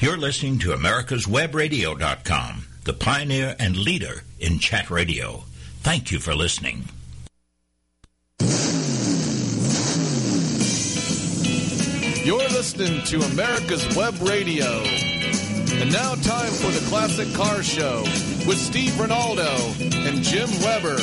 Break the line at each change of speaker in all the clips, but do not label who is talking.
You're listening to America's Webradio.com, the pioneer and leader in chat radio. Thank you for listening.
You're listening to America's Web Radio. And now, time for the Classic Car Show with Steve Ronaldo and Jim Weber.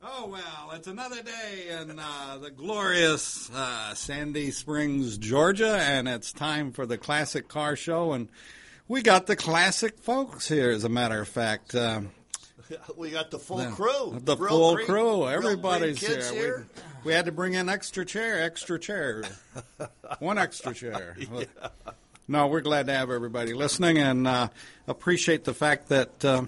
Oh, well, it's another day in uh, the glorious uh, Sandy Springs, Georgia, and it's time for the Classic Car Show. And we got the classic folks here, as a matter of fact. Um,
We got the full crew.
The
Real
full
green- real
crew.
green
Everybody's here.
kids
We- We, had to bring in extra chair, extra chair. One extra chair. No, we're glad to have everybody listening and uh, appreciate the fact that, uh,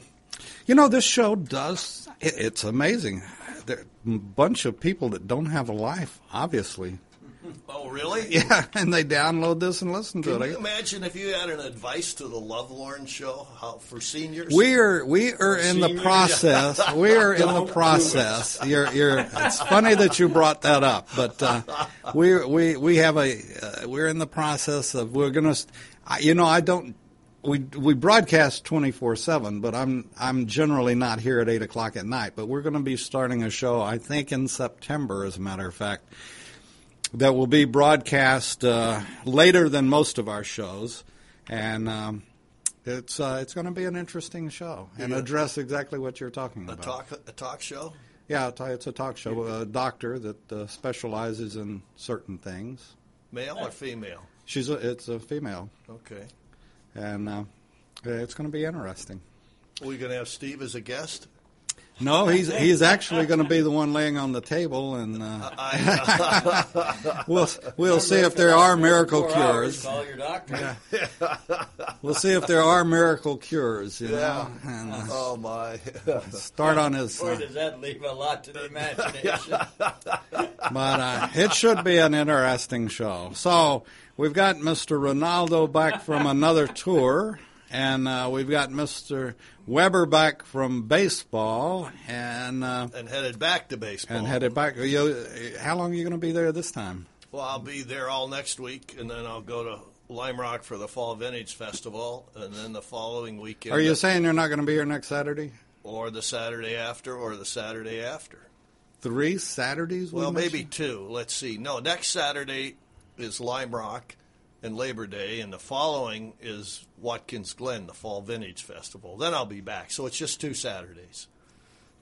you know, this show does, it, it's amazing. There are a bunch of people that don't have a life, obviously.
Oh, really?
Yeah, and they download this and listen to
Can
it.
you imagine if you had an advice to the Lovelorn show how, for seniors?
We are we are in the
Senior.
process. We are in the process. You're, you're, it's funny that you brought that up, but uh, we we we have a uh, we're in the process of we're gonna. st- I- You know, I don't. We we broadcast twenty four seven, but I'm I'm generally not here at eight o'clock at night. But we're going to be starting a show, I think, in September, as a matter of fact, that will be broadcast uh, later than most of our shows, and. Um, it's uh, it's going to be an interesting show and address exactly what you're talking
a
about.
talk a talk show.
Yeah, it's a- it's a talk show. A doctor that uh, specializes in certain things.
Male or female?
She's a, it's a female,
Okay.
and uh, it's going to be interesting.
Are we going to have Steve as a guest?
No, he's he's actually going to be the one laying on the table, and uh, we'll we'll see if there are miracle cures.
Call your doctor.
We'll see if there are miracle cures. You know, and uh,
Oh my!
start on his.
Boy,
uh,
does that leave a lot to the imagination.
but uh, it should be an interesting show. So we've got Mr. Ronaldo back from another tour, and uh, we've got Mr. Weber back from baseball, and uh,
and headed back to baseball.
and headed back. You, how long are you going to be there this time?
well, I'll be there all next week, and then I'll go to Lime Rock for the Fall Vintage Festival, and then the following weekend.
Are you saying you're not going to be here next Saturday?
or the Saturday after, or the Saturday after?
Three Saturdays? we
Well, maybe
mentioned?
two. Let's see. No, next Saturday is Lime Rock and Labor Day, and the following is Watkins Glen, the Fall Vintage Festival. Then I'll be back. So it's just two Saturdays.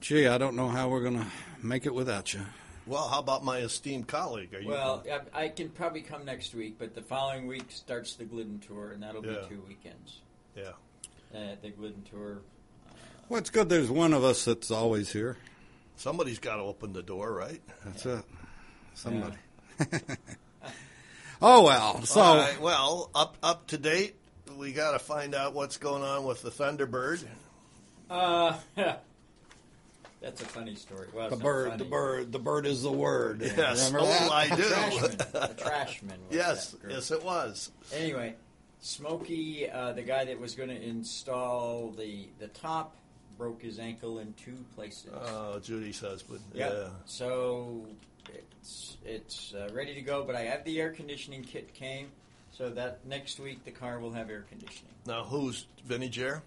Gee, I don't know how we're going to make it without you.
Well, how about my esteemed colleague? Are you
well, I, I can probably come next week, but the following week starts the Glidden tour, and that'll
Yeah.
be two weekends.
yeah.
Uh, the Glidden tour.
Well, it's good there's one of us that's always here.
Somebody's got to open the door, right?
That's it. Somebody. oh, well. So.
All right, well, up up to date. We got to find out what's going on with the Thunderbird.
Uh, that's a funny story. Well, it's
The
not
bird,
funny.
the bird, the bird is the word.
Yes,
Remember
oh,
that?
I do.
Trashman. the Trashman. was
yes,
that group.
yes, it was.
Anyway, Smokey, uh, the guy that was going to install the the top, broke his ankle in two places.
Oh, Judy's husband.
Yeah.
Yeah.
So it's it's uh, ready to go, but I have the air conditioning kit came, so that next week the car will have air conditioning.
Now, who's Vinny Air?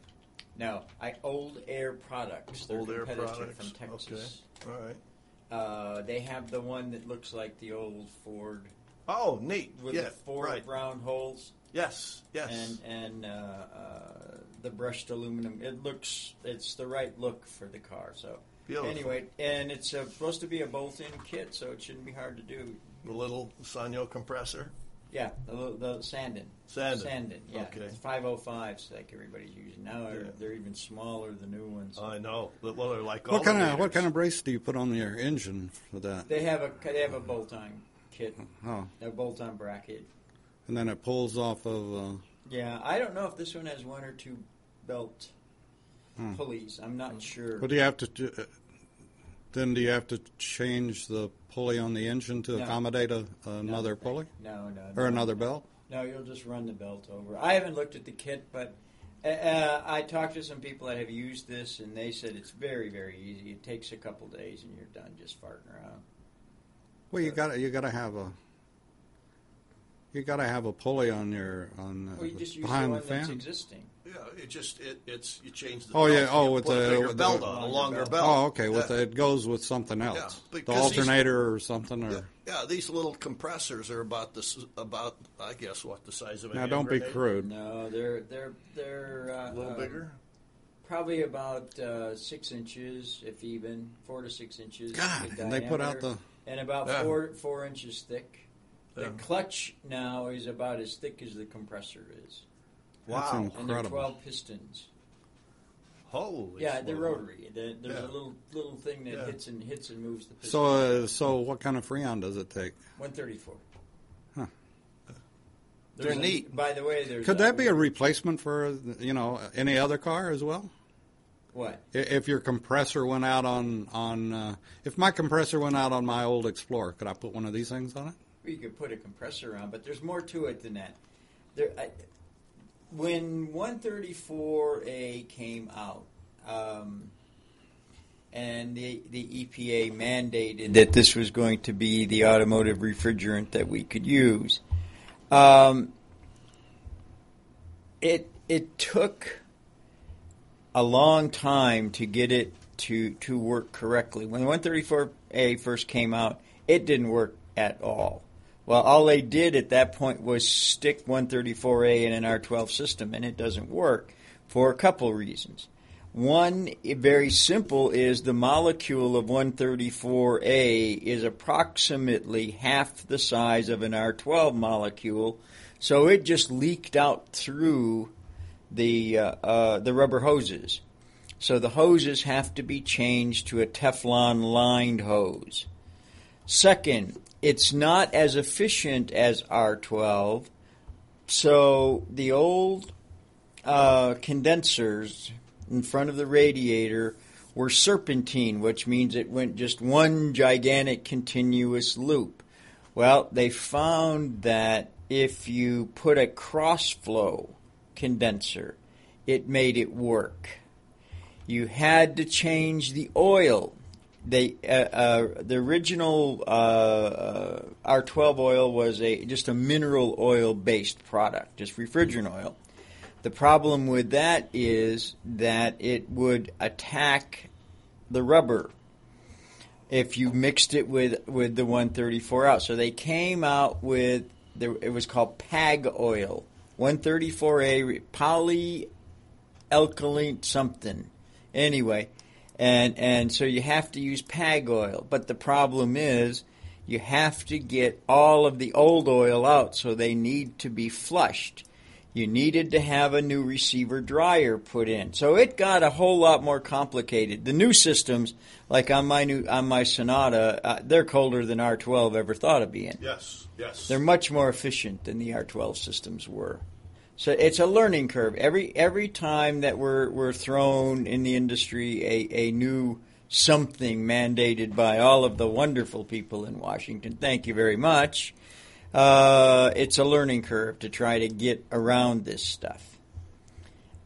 No, I old air products. They're
Old Air
competitor
Products.
from Texas.
Okay. All right.
Uh, they have the one that looks like the old Ford
Oh, neat.
with
yeah,
the four
right.
round holes
Yes, yes.
and and uh, uh, the brushed aluminum. It looks it's the right look for the car. So
Beautiful.
anyway, and it's uh, supposed to be a bolt-in kit, so it shouldn't be hard to do.
the little Sanyo compressor.
Yeah, the, the Sandin.
Sandin.
yeah.
Okay.
It's 505s like everybody's using now. They're,
Yeah.
they're even smaller, the new ones.
I know. But, Well, they're like
What kind
alligators.
of what kind of brace do you put on your engine for that?
they have a they have a bolt-on kit,
Oh,
a bolt-on bracket.
and then it pulls off of. Uh,
Yeah, I don't know if this one has one or two belt pulleys. I'm not sure.
Hmm. what do you have to do? uh, Then do you have to change the pulley on the engine to
No.
accommodate a, another pulley
No, no.
or
no.
another belt?
No, you'll just run the belt over. I haven't looked at the kit, but Uh, Uh, I talked to some people that have used this, and they said it's very, very easy. It takes a couple days, and you're done just farting around.
Well, you got you got to have a you got to have a pulley on your on the-
Or you just use the
Uh, behind
one
fan.
that's existing.
Yeah, it just it, it's you change the
Oh,
belt,
yeah, oh,
you
with
put
the-
a bigger
with the-
belt on a longer belt.
Oh, okay. With
That-
it goes with something else, the
because these-
alternator or something. Or
Yeah, these little compressors are about this about I guess what the size of a
now, don't be
hand grenade?
crude.
No, they're they're they're uh,
A little
um,
bigger.
Probably about uh, six inches, if even four to six inches.
God,
in
and they put out
diameter, and about
Yeah.
four four inches thick. The
Yeah.
clutch now is about as thick as the compressor is,
That's
Wow.
and they're
Incredible.
twelve pistons.
Holy.
yeah, they're
smoke.
rotary. The, there's
Yeah.
a little little thing that
Yeah.
hits and hits and moves the piston.
So, uh, so what kind of freon does it take?
one thirty four.
Huh.
They're neat.
By the way, there's
Could that be a replacement for you know any other car as well?
what?
I- If your compressor went out on on uh, if my compressor went out on my old Explorer, could I put one of these things on it?
You could put a compressor on, but there's more to it than that. There, I, when 134A came out, um, and the the EPA mandated that this was going to be the automotive refrigerant that we could use, um, it it took a long time to get it to to work correctly. When 134A first came out, it didn't work at all. Well, all they did at that point was stick 134A in an R12 system, and it doesn't work for a couple reasons. One i- very simple is the molecule of 134A is approximately half the size of an R12 molecule, so it just leaked out through the uh, uh, the rubber hoses. So the hoses have to be changed to a Teflon lined hose. Second, it's not as efficient as R12. So the old uh, condensers in front of the radiator were serpentine, which means it went just one gigantic continuous loop. Well, they found that if you put a cross flow condenser, it made it work. You had to change the oil. They, uh, uh, the original uh, uh, R12 oil was a just a mineral oil based product, just refrigerant oil. The problem with that is that it would attack the rubber if you mixed it with with the 134 out. So they came out with the, it was called PAG oil, 134A poly alkaline something. Anyway, and and so you have to use pag oil, but the problem is you have to get all of the old oil out, so they need to be flushed. You needed to have a new receiver dryer put in, so it got a whole lot more complicated. The new systems, like on my new on my Sonata, uh, they're colder than R12 ever thought of being.
Yes. Yes.
They're much more efficient than the R12 systems were. So it's a learning curve. Every every time that we're we're thrown in the industry a, a new something mandated by all of the wonderful people in Washington. Thank you very much. Uh, it's a learning curve to try to get around this stuff.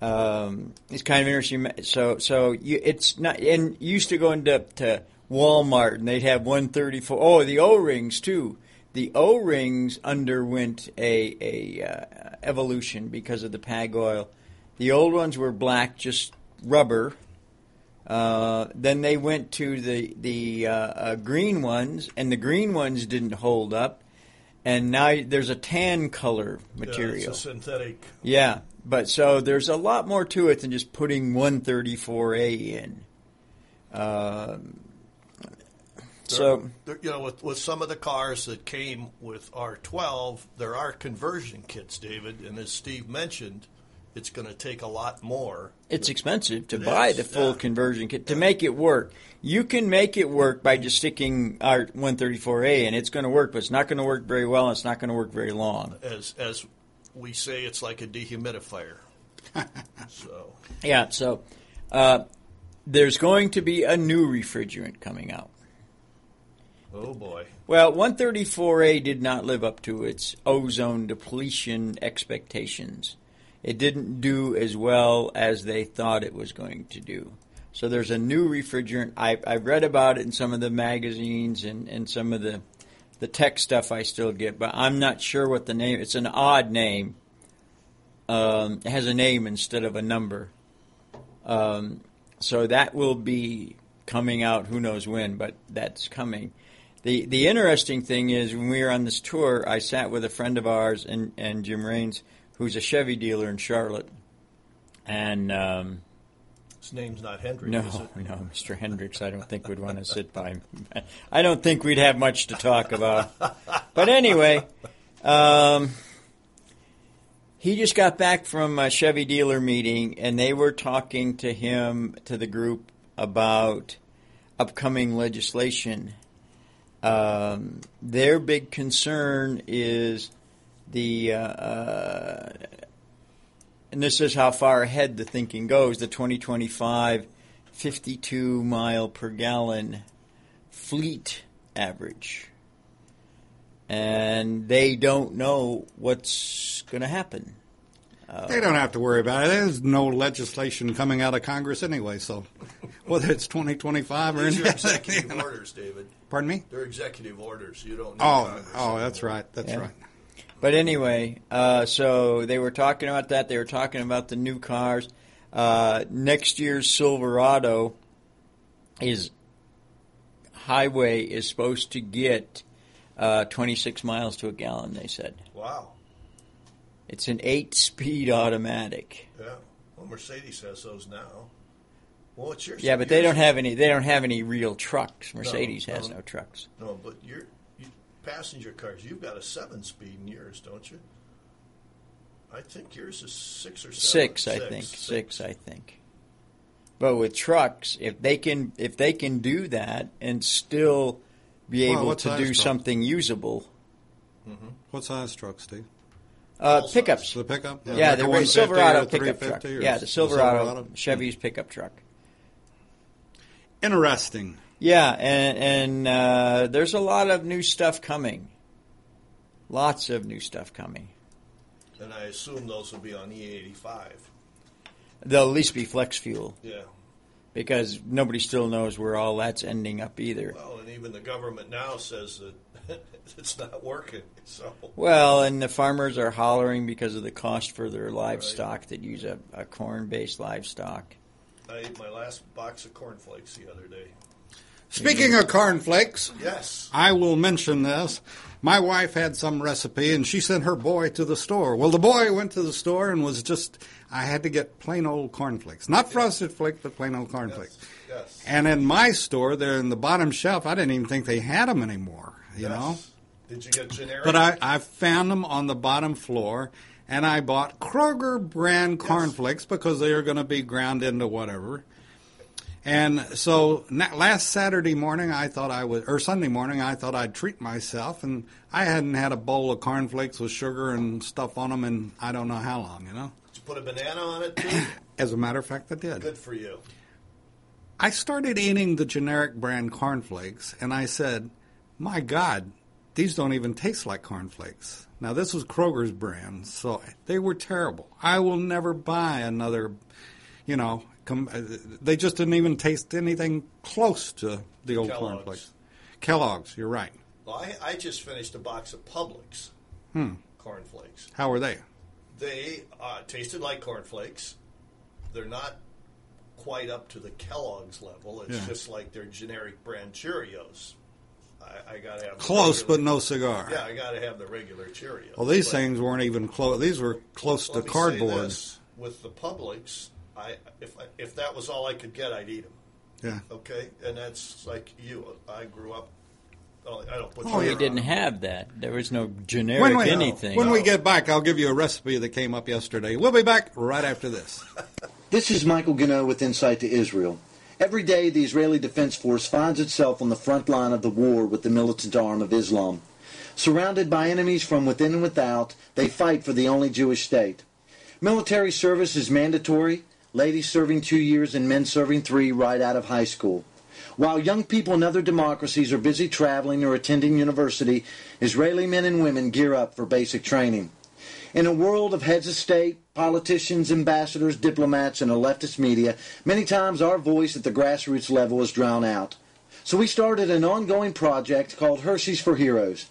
Um, it's kind of interesting. So so you, it's not and you used to go into to Walmart and they'd have one thirty four. Oh, the O rings too. The O rings underwent a a uh, evolution because of the pag oil. The old ones were black, just rubber. Uh, then they went to the the uh, uh, green ones, and the green ones didn't hold up. And now there's a tan color material.
it's a synthetic.
Yeah, but so there's a lot more to it than just putting 134A in. Um, so
There- you know, with, with some of the cars that came with R12, there are conversion kits, David, and as Steve mentioned, it's going to take a lot more.
it's expensive to
It
buy
is,
the full
yeah.
conversion kit to make it work. You can make it work by just sticking our 134A, and it's going to work, but it's not going to work very well, and it's not going to work very long.
As as we say, it's like a dehumidifier. so
Yeah, so uh, there's going to be a new refrigerant coming out.
oh boy.
Well, 134A did not live up to its ozone depletion expectations. It didn't do as well as they thought it was going to do. So there's a new refrigerant. I, I've read about it in some of the magazines and, and some of the, the tech stuff I still get, but I'm not sure what the name. It's an odd name. Um, it has a name instead of a number. Um, so that will be coming out. Who knows when, but that's coming. The the interesting thing is when we were on this tour, I sat with a friend of ours and, and Jim Raines, who's a Chevy dealer in Charlotte, and um,
His name's not Hendry,
no,
is it?
no, Mr. Hendricks, I don't think we'd want to sit by him. I don't think we'd have much to talk about. But anyway, um, he just got back from a Chevy dealer meeting, and they were talking to him, to the group, about upcoming legislation. Um, their big concern is the uh, uh, and this is how far ahead the thinking goes the 2025 52 mile per gallon fleet average and they don't know what's going to happen Uh,
They don't have to worry about it. There's no legislation coming out of Congress anyway, so whether it's 2025 or
These are
anything.
executive orders, David.
Pardon me?
They're executive orders. You don't. Need
Oh,
Congress
oh,
anymore.
that's right. That's
Yeah.
right.
But anyway, uh, so they were talking about that. They were talking about the new cars. Uh, next year's Silverado is highway is supposed to get uh, 26 miles to a gallon. They said
Wow.
it's an eight-speed automatic.
Yeah. Well, Mercedes has those now. Well, it's yours.
Yeah, but they don't have any. They don't have any real trucks. Mercedes has
no.
no trucks.
No, but your you, passenger cars. You've got a seven-speed in yours, don't you? I think yours is six or seven.
Six, I think. Six, I think. But with trucks, if they can if they can do that and still be
Well,
able
what
to
size
do
truck?
something usable,
What size trucks, Steve?
uh,
All
pickups.
The pickup?
yeah,
like a
the
150 or
Silverado
a
pickup truck.
350 or
Yeah, the
the
Silverado,
Silverado?
Chevy's pickup truck.
Interesting.
Yeah, and, and uh, there's a lot of new stuff coming. Lots of new stuff coming.
And I assume those will be on E E85.
They'll at least be flex fuel
Yeah.
because nobody still knows where all that's ending up either.
Well, and even the government now says that it's not working. So.
Well, and the farmers are hollering because of the cost for their livestock that use a, a corn based livestock.
I ate my last box of cornflakes the other day.
Speaking of cornflakes,
Yes.
I will mention this. My wife had some recipe and she sent her boy to the store. Well, the boy went to the store and was just, I had to get plain old cornflakes. Not frosted flakes, but plain old cornflakes.
Yes.
And in my store, they're in the bottom shelf. I didn't even think they had them anymore, you
Yes.
know?
Did you get generic?
But I, I found them on the bottom floor, and I bought Kroger brand cornflakes because they are going to be ground into whatever. And so na- last Saturday morning, I thought I would, or Sunday morning, I thought I'd treat myself, and I hadn't had a bowl of cornflakes with sugar and stuff on them in I don't know how long, you know.
Did you put a banana on it too?
As a matter of fact, I did.
Good for you.
I started eating the generic brand cornflakes, and I said, "My God, these don't even taste like cornflakes." Now this was Kroger's brand, so they were terrible. I will never buy another. You know, com- uh, they just didn't even taste anything close to the old
Kellogg's.
cornflakes. Kellogg's, you're right.
Well, I, I just finished a box of Publix
Hmm.
cornflakes.
How are they?
They uh, tasted like cornflakes. They're not quite up to the Kellogg's level. It's
Yeah.
just like their generic brand Cheerios. I, I gotta have the
Close, but
regular-
no cigar.
Yeah, I gotta have the regular Cheerios.
Well, these
But-
things weren't even close. These were close
Let
to
me say
cardboard.
this, with the Publix, I if I, if that was all I could get, I'd eat them.
Yeah.
Okay, and that's like you. I grew up. Oh, I don't put.
Oh,
sugar
you
They
on
didn't
it.
have that. There was no generic
When we,
anything.
when we get back, I'll give you a recipe that came up yesterday. We'll be back right after this.
This is Michael Gano with Insight to Israel. Every day, the Israeli Defense Force finds itself on the front line of the war with the militant arm of Islam. Surrounded by enemies from within and without, they fight for the only Jewish state. Military service is mandatory, ladies serving two years and men serving three right out of high school. While young people in other democracies are busy traveling or attending university, Israeli men and women gear up for basic training. In a world of heads of state, politicians, ambassadors, diplomats, and a leftist media, many times our voice at the grassroots level is drowned out. So we started an ongoing project called Hershey's for Heroes.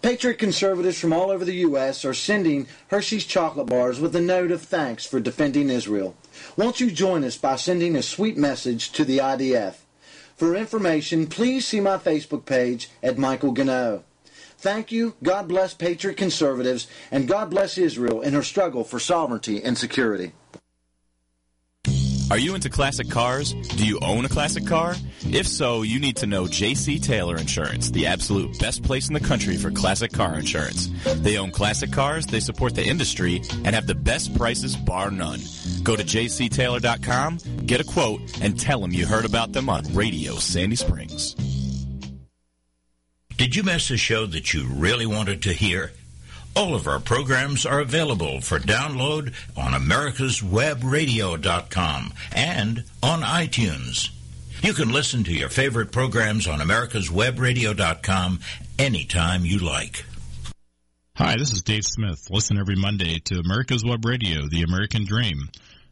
Patriot conservatives from all over the U.S. are sending Hershey's chocolate bars with a note of thanks for defending Israel. Won't you join us by sending a sweet message to the IDF? For information, please see my Facebook page at Michael Gano. Thank you. God bless Patriot conservatives, and God bless Israel in her struggle for sovereignty and security.
Are you into classic cars? Do you own a classic car? If so, you need to know JC Taylor Insurance, the absolute best place in the country for classic car insurance. They own classic cars, they support the industry, and have the best prices bar none. Go to jctaylor.com, get a quote, and tell them you heard about them on Radio Sandy Springs.
Did you miss a show that you really wanted to hear? All of our programs are available for download on americaswebradio.com and on iTunes. You can listen to your favorite programs on americaswebradio.com anytime you like.
Hi, this is Dave Smith. Listen every Monday to America's Web Radio, The American Dream.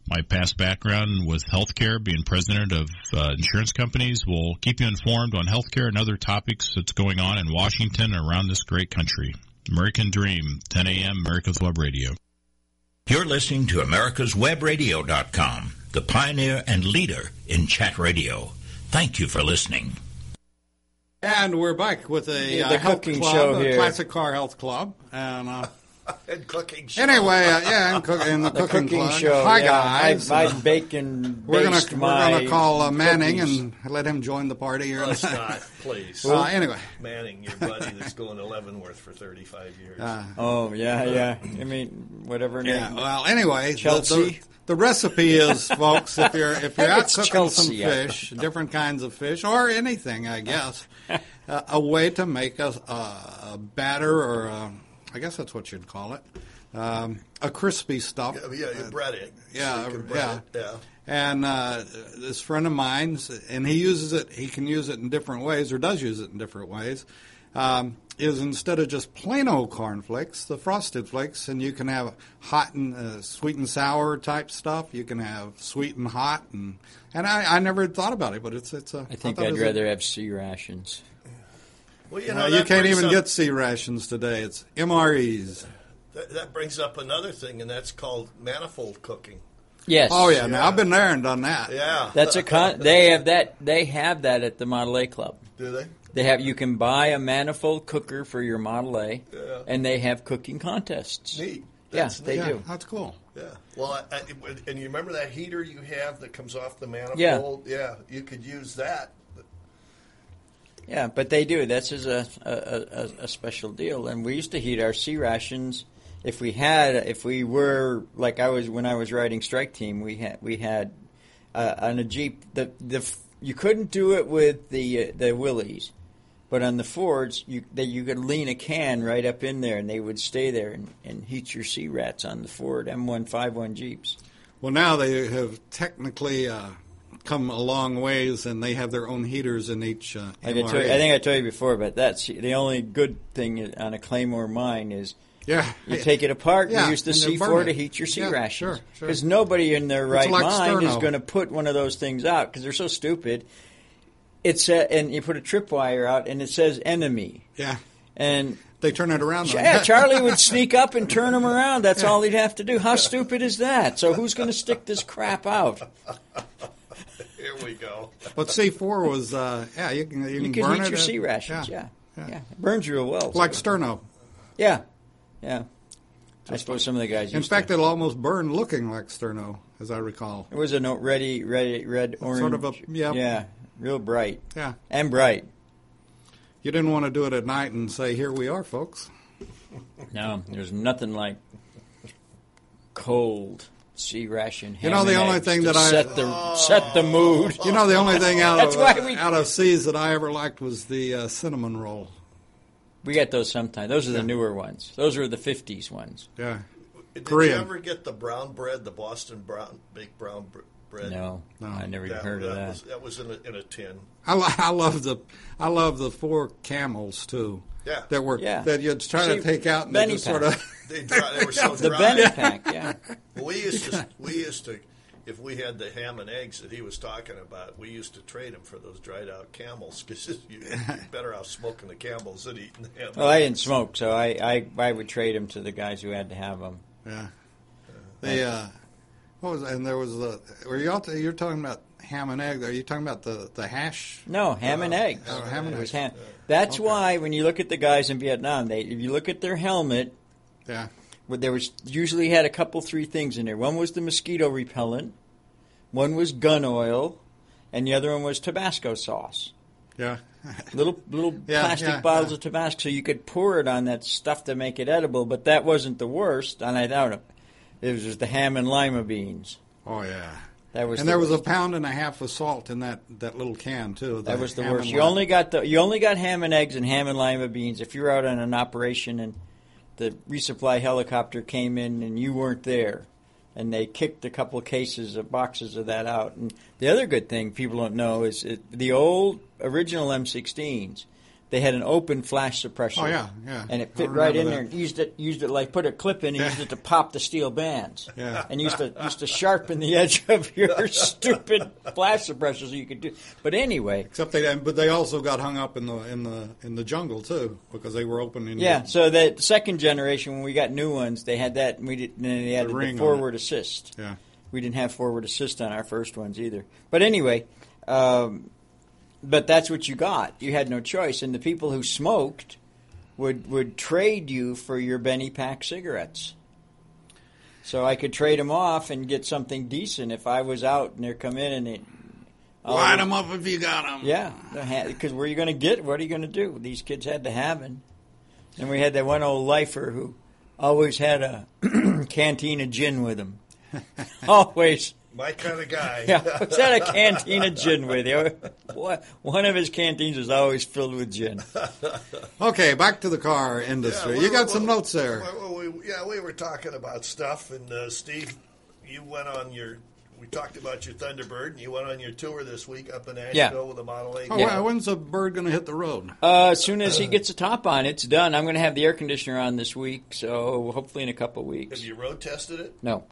My past background with healthcare, being president of uh, insurance companies, will keep you informed on healthcare and other topics that's going on in Washington and around this great country. American Dream, 10 a.m. America's Web Radio.
You're listening to americaswebradio.com, the pioneer and leader in chat radio. Thank you for listening.
And we're back with a
Yeah,
uh,
the
health
cooking
club,
show
a
here.
classic car health club, and uh,
and cooking show.
anyway, uh, yeah, and, cook, and the,
The cooking,
club.
show.
Hi
yeah.
guys,
I, I
Uh,
bacon.
we're gonna
based
we're
my
gonna call uh, Manning
cookies.
and let him join the party here.
Let's not, please.
uh, anyway,
Manning, your buddy that's going to Leavenworth for 35 years.
Uh,
Oh yeah, yeah. I mean, whatever name.
yeah. Well, anyway, the- The,
Chelsea?
the, recipe is, folks, if you're if you're out
It's
cooking
Chelsea,
some
I think.
fish, different kinds of fish or anything, I guess, uh, a way to make a, a, a batter or a, I guess that's what you'd call it, um, a crispy stuff.
yeah, yeah, you bread it.
Yeah,
You can bread
yeah,
it, yeah.
And uh, this friend of mine's, and he uses it. He can use it in different ways, or does use it in different ways. Um, is instead of just plain old corn flakes, the frosted flakes, and you can have hot and uh, sweet and sour type stuff. You can have sweet and hot, and and I, I never had thought about it, but it's it's a.
I think
thought it
I'd
was a-
rather have sea rations.
Well, you know,
Uh, you
that
can't
brings
even
up-
get sea rations today. It's MREs.
That, that brings up another thing, and that's called manifold cooking.
Yes.
Oh yeah, now I've been there and done that.
Yeah.
That's a con. They have that. They have that at the Model A Club.
Do they?
They have. You can buy a manifold cooker for your Model A,
Yeah.
and they have cooking contests.
Neat.
Yes, they
yeah,
do.
that's cool.
Yeah. Well, I, I, and you remember that heater you have that comes off the manifold?
Yeah.
Yeah. you could use that.
Yeah, but they do. That's is a, a, a, a special deal. And we used to heat our sea rations if we had if we were like I was when I was riding strike team. We had we had uh, on a jeep the the f- you couldn't do it with the uh, the willies, but on the Fords you that you could lean a can right up in there and they would stay there and, and heat your sea rats on the Ford M151 jeeps.
Well, now they have technically uh, come a long ways, and they have their own heaters in each. Uh,
Like I,
MRE.
told you- I think I told you before about that. See, The only good thing on a Claymore mine is
Yeah.
You take it apart.
Yeah,
you use the
and they're
C4 to
burning.
heat your sea
Yeah,
rations.
sure, sure.
Because nobody in their right
like
mind is
sterno.
going to put one of those things out because they're so stupid. It's a, and you put a tripwire out and it says enemy.
Yeah,
And
they turn it around. on
yeah,
that.
Charlie would sneak up and turn them around. That's all he'd have to do. How stupid is that? So who's going to stick this crap out?
Here we go.
But C four was uh, yeah, you can you can,
You can
burn
heat
it
your
at-
sea rations. Yeah.
yeah.
Yeah. Burns you a well.
like sterno.
yeah. Yeah. I suppose some of the guys
In
used
fact,
to.
it'll almost burn looking like sterno, as I recall.
It was a no, ready, ready, red, orange.
Sort of a- yeah.
yeah, real bright.
Yeah.
and bright.
You didn't want to do it at night and say, "Here we are, folks."
No, there's nothing like cold sea ration.
You know,
ham
the
and
only
eggs
thing
to
that I- Oh.
set the set the mood.
You know, the only thing out
That's
of uh,
why we-
out of C's that I ever liked was the uh, cinnamon roll.
We got those sometimes. Those are the newer ones. Those are the '50s ones.
Yeah,
Did you
Korean.
ever get the brown bread, the Boston brown, baked brown br- bread?
No, I never even
That-
heard of that.
Was, that was in a, in a tin.
I, lo- I love the I love the four camels too.
Yeah.
that were
Yeah.
that you'd try to
See,
take out and they
Benny
just
pack.
sort of
They, dry, they were so
The
dry.
Benny pack, yeah.
Well, we used to, we used to, if we had the ham and eggs that he was talking about, we used to trade him for those dried out camels because you, you're better off smoking the camels than eating the ham.
Well, I didn't smoke, so I, I, I would trade them to the guys who had to have them.
yeah. The uh, what was and there was the were you all you're talking about ham and egg? Are you talking about the the hash?
No, ham and eggs.
oh, ham and
It was
eggs.
ham. That's
Okay.
why when you look at the guys in Vietnam, they if you look at their helmet,
Yeah,
where there was usually had a couple three things in there. One was the mosquito repellent, one was gun oil, and the other one was Tabasco sauce.
yeah,
Little little
Yeah,
plastic
yeah,
bottles
yeah.
of Tabasco, so you could pour it on that stuff to make it edible. But that wasn't the worst, and I doubt it. It was just the ham and lima beans.
oh yeah.
That was
and
the
there was a
worst.
pound and a half of salt in that, that little can too. the
That was the
ham and
worst. You
lime.
only got the you only got ham and eggs and ham and lima beans if you were out on an operation and the resupply helicopter came in and you weren't there, and they kicked a couple cases of boxes of that out. And the other good thing people don't know is it, the old original M16s. They had an open flash suppressor.
Oh, yeah, yeah.
And it
I
fit right
remember
in
that.
there and used it used it like put a clip in and
Yeah.
used it to pop the steel bands.
Yeah.
And used to used to sharpen the edge of your stupid flash suppressor so you could do but anyway,
Except they, but they also got hung up in the in the in the jungle too because they were opening.
Yeah,
the,
so that second generation, when we got new ones, they had that, and we didn't. And they had
The
the,
ring on
forward assist.
yeah.
We didn't have forward assist on our first ones either. But anyway, um, but that's what you got. You had no choice, and the people who smoked would would trade you for your Benny Pack cigarettes. So I could trade them off and get something decent if I was out and they come in and it. um,
Light them up if you got them.
Yeah, because where are you going to get? What are you going to do? These kids had to have it. And we had that one old lifer who always had a canteen of gin with him. always.
My kind of guy.
Yeah, always had a canteen of gin with him. Boy, One of his canteens was always filled with gin.
Okay, back to the car industry.
Yeah,
you got
well,
some
well,
notes there.
well, well, we- yeah, we were talking about stuff, and uh, Steve, you went on your. We talked about your Thunderbird, and you went on your tour this week up in Asheville with a Model 8.
Oh,
yeah.
wow, when's the bird going to hit the road?
Uh, as soon as he gets the top on, it's done. I'm going to have the air conditioner on this week, so hopefully in a couple
Have
weeks.
you road tested it?
No,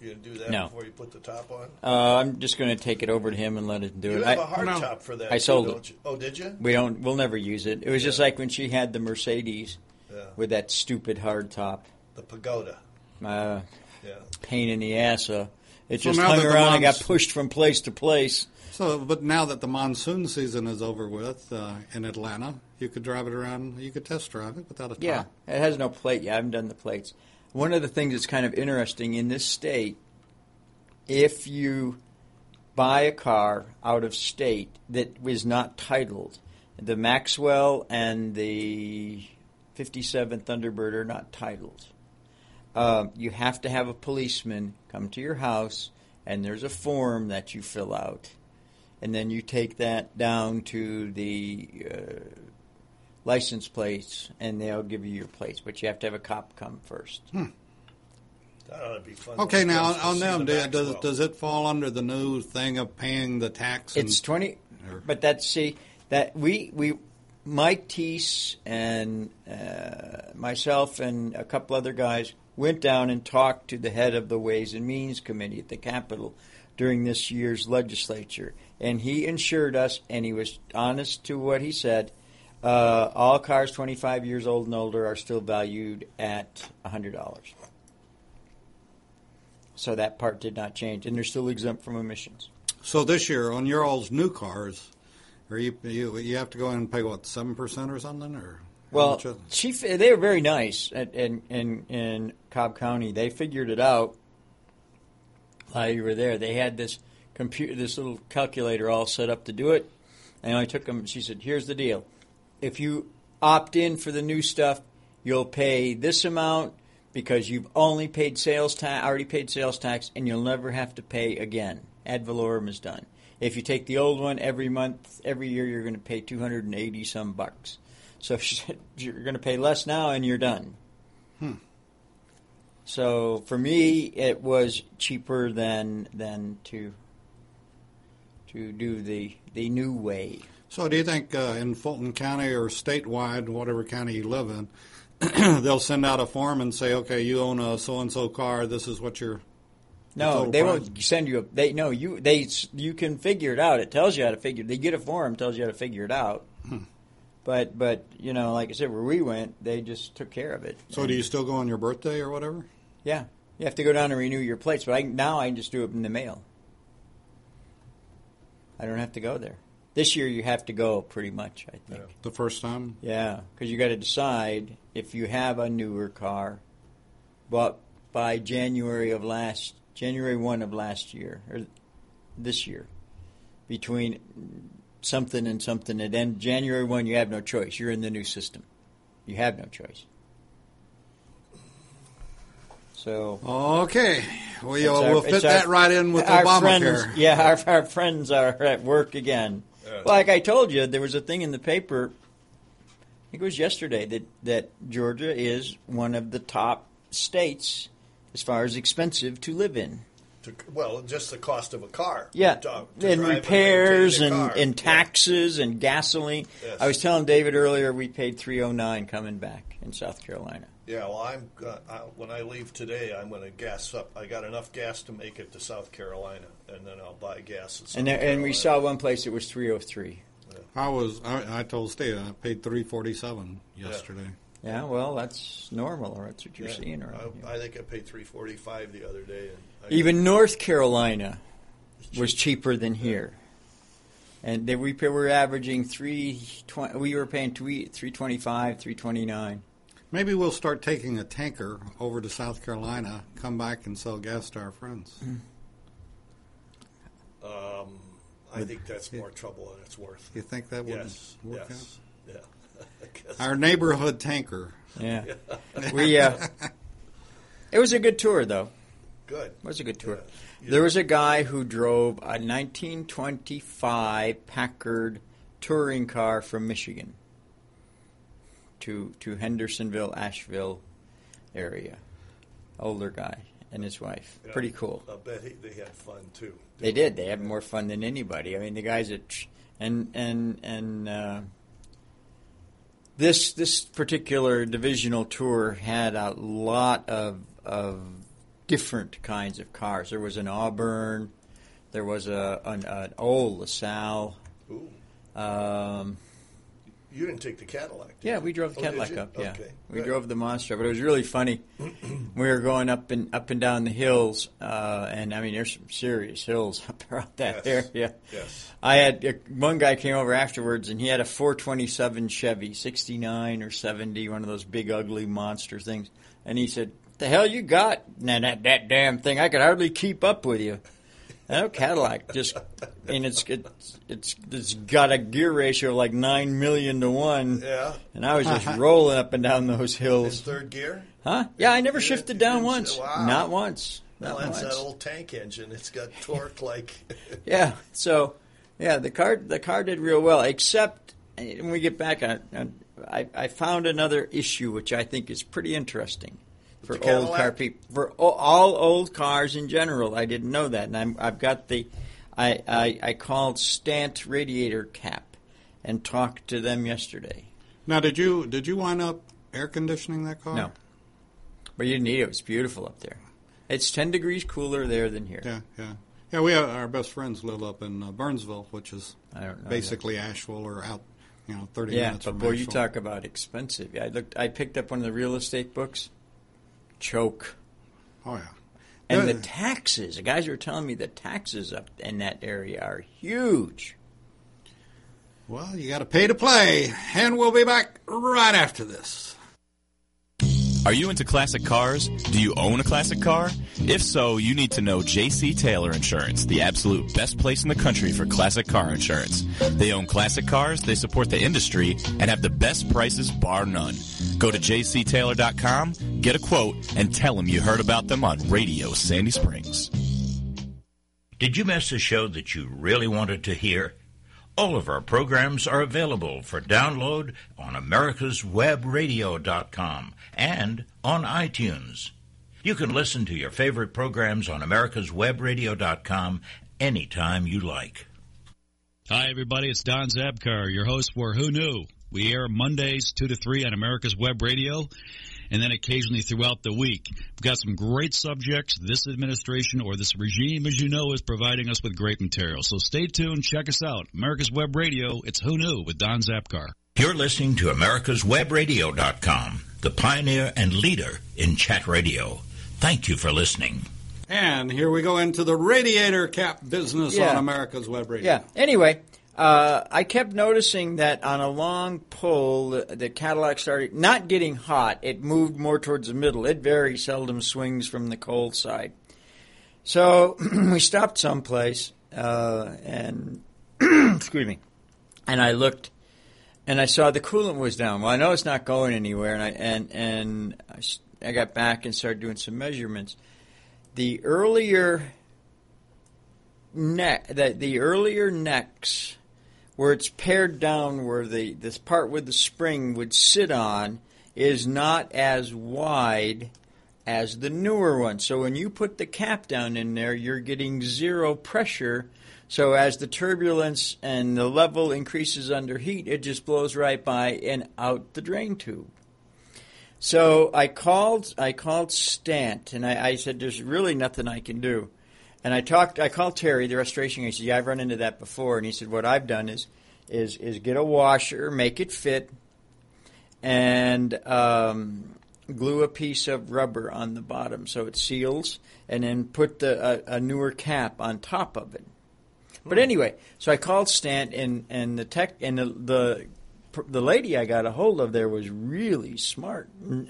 You gonna do that
No.
before you put the top on?
uh, I'm just going to take it over to him and let him do
you
it.
have
I-
a hard
no.
top for that.
I
too,
sold it.
don't you? Oh, did you?
We don't. We'll never use it. It was just like when she had the Mercedes
Yeah.
with that stupid hard top.
The Pagoda.
Uh,
Yeah.
pain in the ass. Uh, it
So
just
now
hung
that the
around and got
mom's-
pushed from place to place.
So, but now that the monsoon season is over with uh, in Atlanta, you could drive it around. You could test drive it without a top.
Yeah, it has no plate yet. I haven't done the plates. One of the things that's kind of interesting in this state, if you buy a car out of state that was not titled, the Maxwell and the 57 Thunderbird are not titled. Um, you have to have a policeman come to your house, and there's a form that you fill out, and then you take that down to the uh, license plates, and they'll give you your plates. But you have to have a cop come first.
That ought to be fun.
Okay,
Let's
now on,
go
on
see
them,
the
do- does
Maxwell.
does it fall under the new thing of paying the tax? and-
It's twenty, but that's see that we we Mike Teese and uh, myself and a couple other guys went down and talked to the head of the Ways and Means Committee at the Capitol during this year's legislature, and he assured us, and he was honest to what he said. Uh, all cars 25 years old and older are still valued at $100. So that part did not change, and they're still exempt from emissions.
so this year on your all's new cars, are you you you have to go in and pay what seven percent or something or how
Well,
much is-
she fi- they were very nice at, in, in in Cobb County. They figured it out while you were there. They had this computer, this little calculator all set up to do it. And I took them. She said, "Here's the deal: if you opt in for the new stuff, you'll pay this amount because you've only paid sales tax, already paid sales tax, and you'll never have to pay again. Ad valorem is done. If you take the old one every month, every year, you're going to pay 280 some bucks. So she said, you're going to pay less now, and you're done."
Hmm.
So for me, it was cheaper than than to to do the the new way.
So, do you think uh, in Fulton County or statewide, whatever county you live in, they'll send out a form and say, "Okay, you own a so and so car. This is what your
No,
total
they
price.
won't send you. A, they no, you they s- you can figure it out. It tells you how to figure. They get a form, tells you how to figure it out.
Hmm.
But but you know, like I said, where we went, they just took care of it.
So, do you still go on your birthday or whatever?
Yeah, you have to go down and renew your plates. But I, now I can just do it in the mail. I don't have to go there. This year you have to go pretty much. I think.
The first time?
Yeah, because you got to decide if you have a newer car, but by January of last January one of last year or this year, between something and something, and then January one, you have no choice. You're in the new system. You have no choice. So
Okay, we uh,
it's our-
will
it's
fit
our-
that right in with
our
Obamacare.
Friends, yeah, our, our friends are at work again. Like I told you, there was a thing in the paper. I think it was yesterday that that Georgia is one of the top states as far as expensive to live in.
To, well, just the cost of a car.
Yeah,
To- to
and
drive maintain
repairs
a
and,
car.
and taxes and gasoline.
Yes.
I was telling David earlier we paid three oh nine coming back in South Carolina.
Yeah, well, I'm uh, I, when I leave today, I'm going to gas up. I got enough gas to make it to South Carolina, and then I'll buy gas. in South
And there, and we
Carolina.
saw one place that was three oh three.
I was. I, I told Steve I paid three forty seven yesterday.
Yeah, well, that's normal, or that's what you're
Yeah.
seeing around. here.
I, I think I paid three forty five the other day. And I got-
Even North Carolina was cheaper than here, and they, we were averaging three. twen- We were paying three twenty five, three twenty nine.
Maybe we'll start taking a tanker over to South Carolina, come back and sell gas to our friends.
um, I think that's more trouble than it's worth.
You think that would
yes,
work
yes, yeah. I guess.
out? Our neighborhood tanker.
Yeah, we. Uh, it was a good tour, though.
Good.
It was a good tour. There was a guy who drove a 1925 Packard touring car from Michigan to to Hendersonville, Asheville area. Older guy and his wife. Pretty cool.
I bet he, they had fun too.
They did. They had more fun than anybody. I mean, the guys at and and and uh, this this particular divisional tour had a lot of of different kinds of cars. There was an Auburn. There was a an, an old LaSalle.
Ooh,
Um,
you didn't take the Cadillac. did
yeah,
you?
we drove the
Oh, did
Cadillac
you?
up. Yeah,
Okay,
we
good.
drove the monster, but it was really funny. we were going up and up and down the hills, uh, and I mean, there's some serious hills up around that
Yes.
area.
Yes.
I had uh, one guy came over afterwards, and he had a 427 Chevy, 69 or 70, one of those big ugly monster things, and he said, "The hell you got? Now that that damn thing, I could hardly keep up with you." That old Cadillac just, and it's it's it's it's got a gear ratio of like nine million to one.
Yeah.
And I was just rolling up and down those
In
hills.
third gear.
Huh? Yeah, I never
You
shifted
didn't-
down
you didn't
once.
say- wow.
Not once. Not
Well, that's
once.
that old tank engine. It's got torque like.
Yeah. So, yeah, the car the car did real well. Except eh, when we get back, I, I, I found another issue which I think is pretty interesting for
The
old car
Cadillac?
people for o- all old cars in general. I didn't know that, and I'm, I've got the I, I I called Stant Radiator Cap and talked to them yesterday.
Now, did you did you wind up air conditioning that car?
No. But you didn't need it. It was beautiful up there. It's 10 degrees cooler there than here.
Yeah, yeah, yeah. We have, our best friends live up in uh, Burnsville, which is
I don't know
basically Asheville or out, you know, thirty
Yeah,
minutes
but
from
boy, you
Asheville.
talk about expensive. I looked. I picked up one of the real estate books. Choke.
Oh yeah,
And the
Yeah.
taxes. The guys were telling me the taxes up in that area are huge.
Well, you got to pay to play, and we'll be back right after this.
Are you into classic cars? Do you own a classic car? If so, you need to know JC Taylor Insurance, the absolute best place in the country for classic car insurance. They own classic cars, they support the industry, and have the best prices bar none. Go to jctaylor.com, get a quote, and tell them you heard about them on Radio Sandy Springs.
Did you miss a show that you really wanted to hear? All of our programs are available for download on americaswebradio.com and on iTunes. You can listen to your favorite programs on americaswebradio.com anytime you like.
Hi, everybody. It's Don Zabkar, your host for Who Knew. We air Mondays 2 to 3 on America's Web Radio and then occasionally throughout the week. We've got some great subjects. This administration or this regime, as you know, is providing us with great material. So stay tuned. Check us out. America's Web Radio. It's Who Knew with Don Zapkar.
You're listening to americaswebradio.com, the pioneer and leader in chat radio. Thank you for listening.
And here we go into the radiator cap business
Yeah.
on America's Web Radio.
Yeah. Anyway, uh, I kept noticing that on a long pull, the, the Cadillac started not getting hot. It moved more towards the middle. It very seldom swings from the cold side. So we stopped someplace, uh, and excuse me, and I looked, and I saw the coolant was down. Well, I know it's not going anywhere, and I and and I, s- I got back and started doing some measurements. The earlier neck that the earlier necks where it's pared down where the this part where the spring would sit on is not as wide as the newer one. So when you put the cap down in there, you're getting zero pressure. So as the turbulence and the level increases under heat, it just blows right by and out the drain tube. So I called I called Stant and I, I said there's really nothing I can do. And I talked I called Terry, the restoration guy, he said, Yeah, I've run into that before and he said, What I've done is is is get a washer, make it fit, and um, glue a piece of rubber on the bottom so it seals and then put the a, a newer cap on top of it. But anyway, so I called Stant, and and the tech and the the, the lady I got a hold of there was really smart,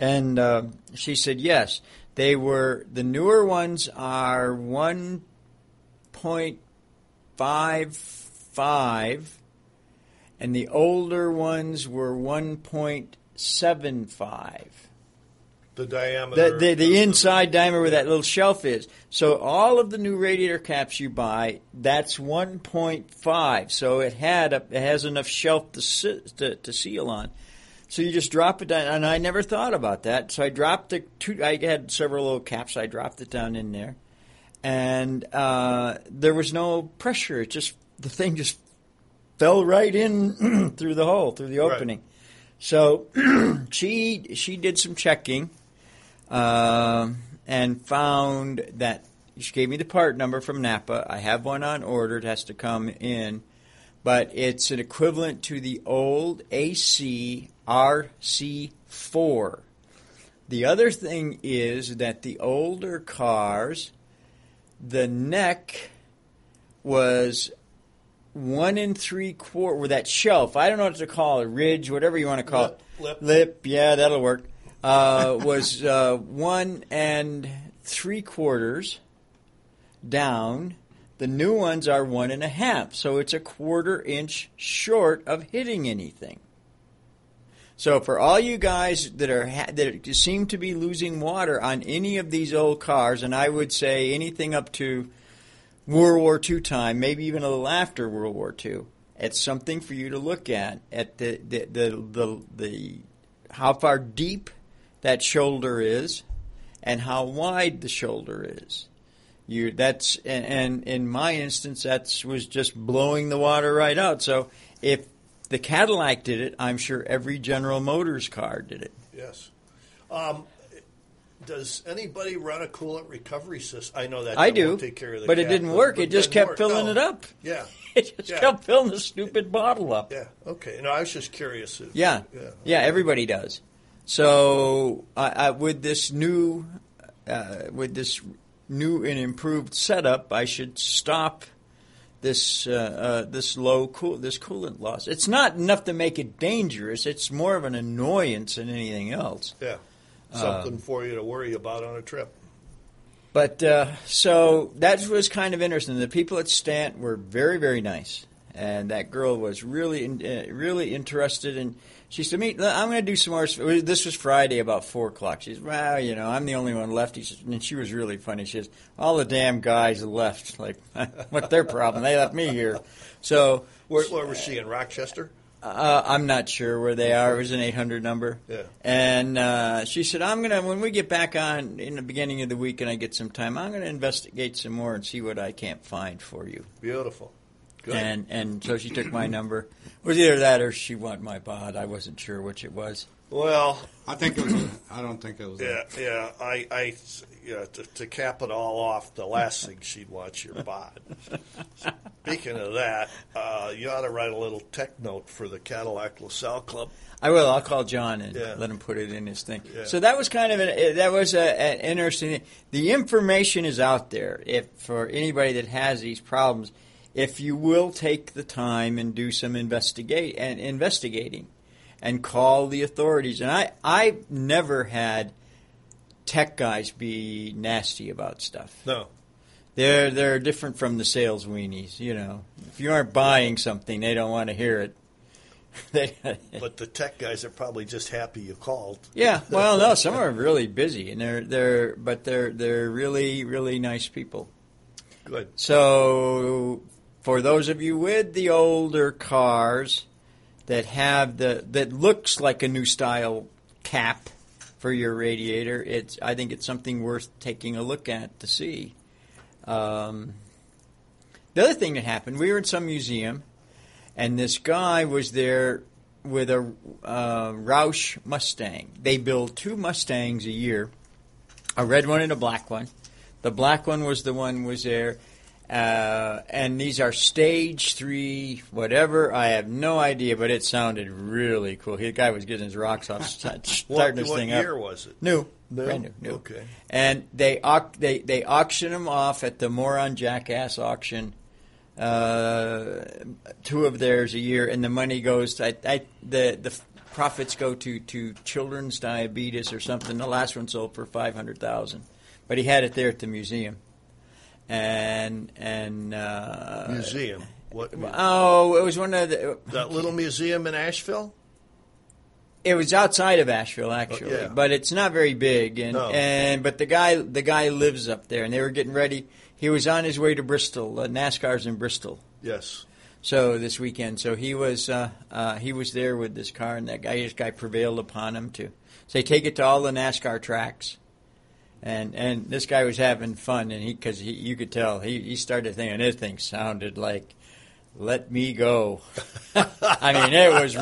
and uh, she said yes, they were the newer ones are one point five five, and the older ones were one point seven five
The diameter.
the, the, the inside diameter where that little shelf is. So all of the new radiator caps you buy, that's 1.5. So it had a, it has enough shelf to, si- to to seal on. So you just drop it down, and I never thought about that. So I dropped the two. I had several little caps. I dropped it down in there, and uh, there was no pressure. It just the thing just fell right in through the hole through the opening. So she she did some checking um, and found that she gave me the part number from Napa. I have one on order; it has to come in, but it's an equivalent to the old AC RC4. The other thing is that the older cars, the neck was one and three quarter with that shelf. I don't know what to call it, ridge, whatever you want to call it.
Lip.
lip, yeah, that'll work. Uh, was uh, one and three quarters down. The new ones are one and a half, so it's a quarter inch short of hitting anything. So for all you guys that are ha- that seem to be losing water on any of these old cars, and I would say anything up to World War II time, maybe even a little after World War II. It's something for you to look at at the the the, the, the how far deep that shoulder is, and how wide the shoulder is. You that's and, and in my instance, that's was just blowing the water right out. So if the Cadillac did it, I'm sure every General Motors car did it.
Yes. Um, does anybody run a coolant recovery system? I know that
I
don't
do,
Take care of the
but it
cap,
didn't work. It just kept
work.
filling
No.
it up.
Yeah.
It just
Yeah.
kept filling the stupid bottle up.
Yeah. Okay. No, I was just curious. If,
Yeah.
Yeah.
Yeah, everybody does. So I, I, with this new, uh, with this new and improved setup, I should stop this uh, uh, this low cool this coolant loss. It's not enough to make it dangerous. It's more of an annoyance than anything else.
Yeah.
Uh,
Something for you to worry about on a trip.
But uh, so that was kind of interesting. The people at Stant were very, very nice, and that girl was really, uh, really interested. And she said, "Me, I'm going to do some more." sp- This was Friday about four o'clock. She says, "Well, you know, I'm the only one left." He says, and she was really funny. She says, "All the damn guys left. Like, what's their problem? They left me here." So
Where, where was she in Rochester?
uh, I'm not sure where they are. It was an 800 number.
Yeah.
And uh, she said, I'm going to, when we get back on in the beginning of the week and I get some time, I'm going to investigate some more and see what I can't find for you.
Beautiful.
and and so she took my number. It was either that or she wanted my bod. I wasn't sure which it was.
Well,
I think it was. I don't think it was.
yeah, yeah. I, I, yeah. To, to cap it all off, the last thing she'd watch your bod. Speaking of that, uh, you ought to write a little tech note for the Cadillac LaSalle Club.
I will. I'll call John and
Yeah.
let him put it in his thing.
Yeah.
So that was kind of an, uh, that was a, an interesting. The information is out there if for anybody that has these problems, if you will take the time and do some investigate and investigating, and call the authorities. And I I never had tech guys be nasty about stuff.
No,
They're they're different from the sales weenies. You know, if you aren't buying something, they don't want to hear it. they,
but the tech guys are probably just happy you called.
yeah, well, no, some are really busy, and they're they're but they're they're really really nice people.
Good.
So for those of you with the older cars that have the that looks like a new style cap for your radiator, it's I think it's something worth taking a look at to see. Um, the other thing that happened, we were in some museum, and this guy was there with a uh, Roush Mustang. They build two Mustangs a year, a red one and a black one. The black one was the one was there, uh, and these are stage three, whatever. I have no idea, but it sounded really cool. The guy was getting his rocks off, st-
What,
starting this
what
thing up.
year was it?
New,
New?
brand new, new.
Okay.
And they au- they they auction them off at the Moron Jackass auction. Uh, two of theirs a year, and the money goes. To, I, I the the profits go to to children's diabetes or something. The last one sold for five hundred thousand, but he had it there at the museum, and and uh,
Museum. What?
Oh, it was one of the.
that little museum in Asheville.
It was outside of Asheville, actually,
yeah.
but it's not very big. And,
No.
and but the guy the guy lives up there, and they were getting ready. He was on his way to Bristol. Uh, NASCAR's in Bristol,
Yes.
so this weekend. So he was uh, uh, he was there with this car, and that guy this guy prevailed upon him to say take it to all the NASCAR tracks. And and this guy was having fun, and he because he, you could tell he, he started thinking this thing sounded like let me go. I mean, it was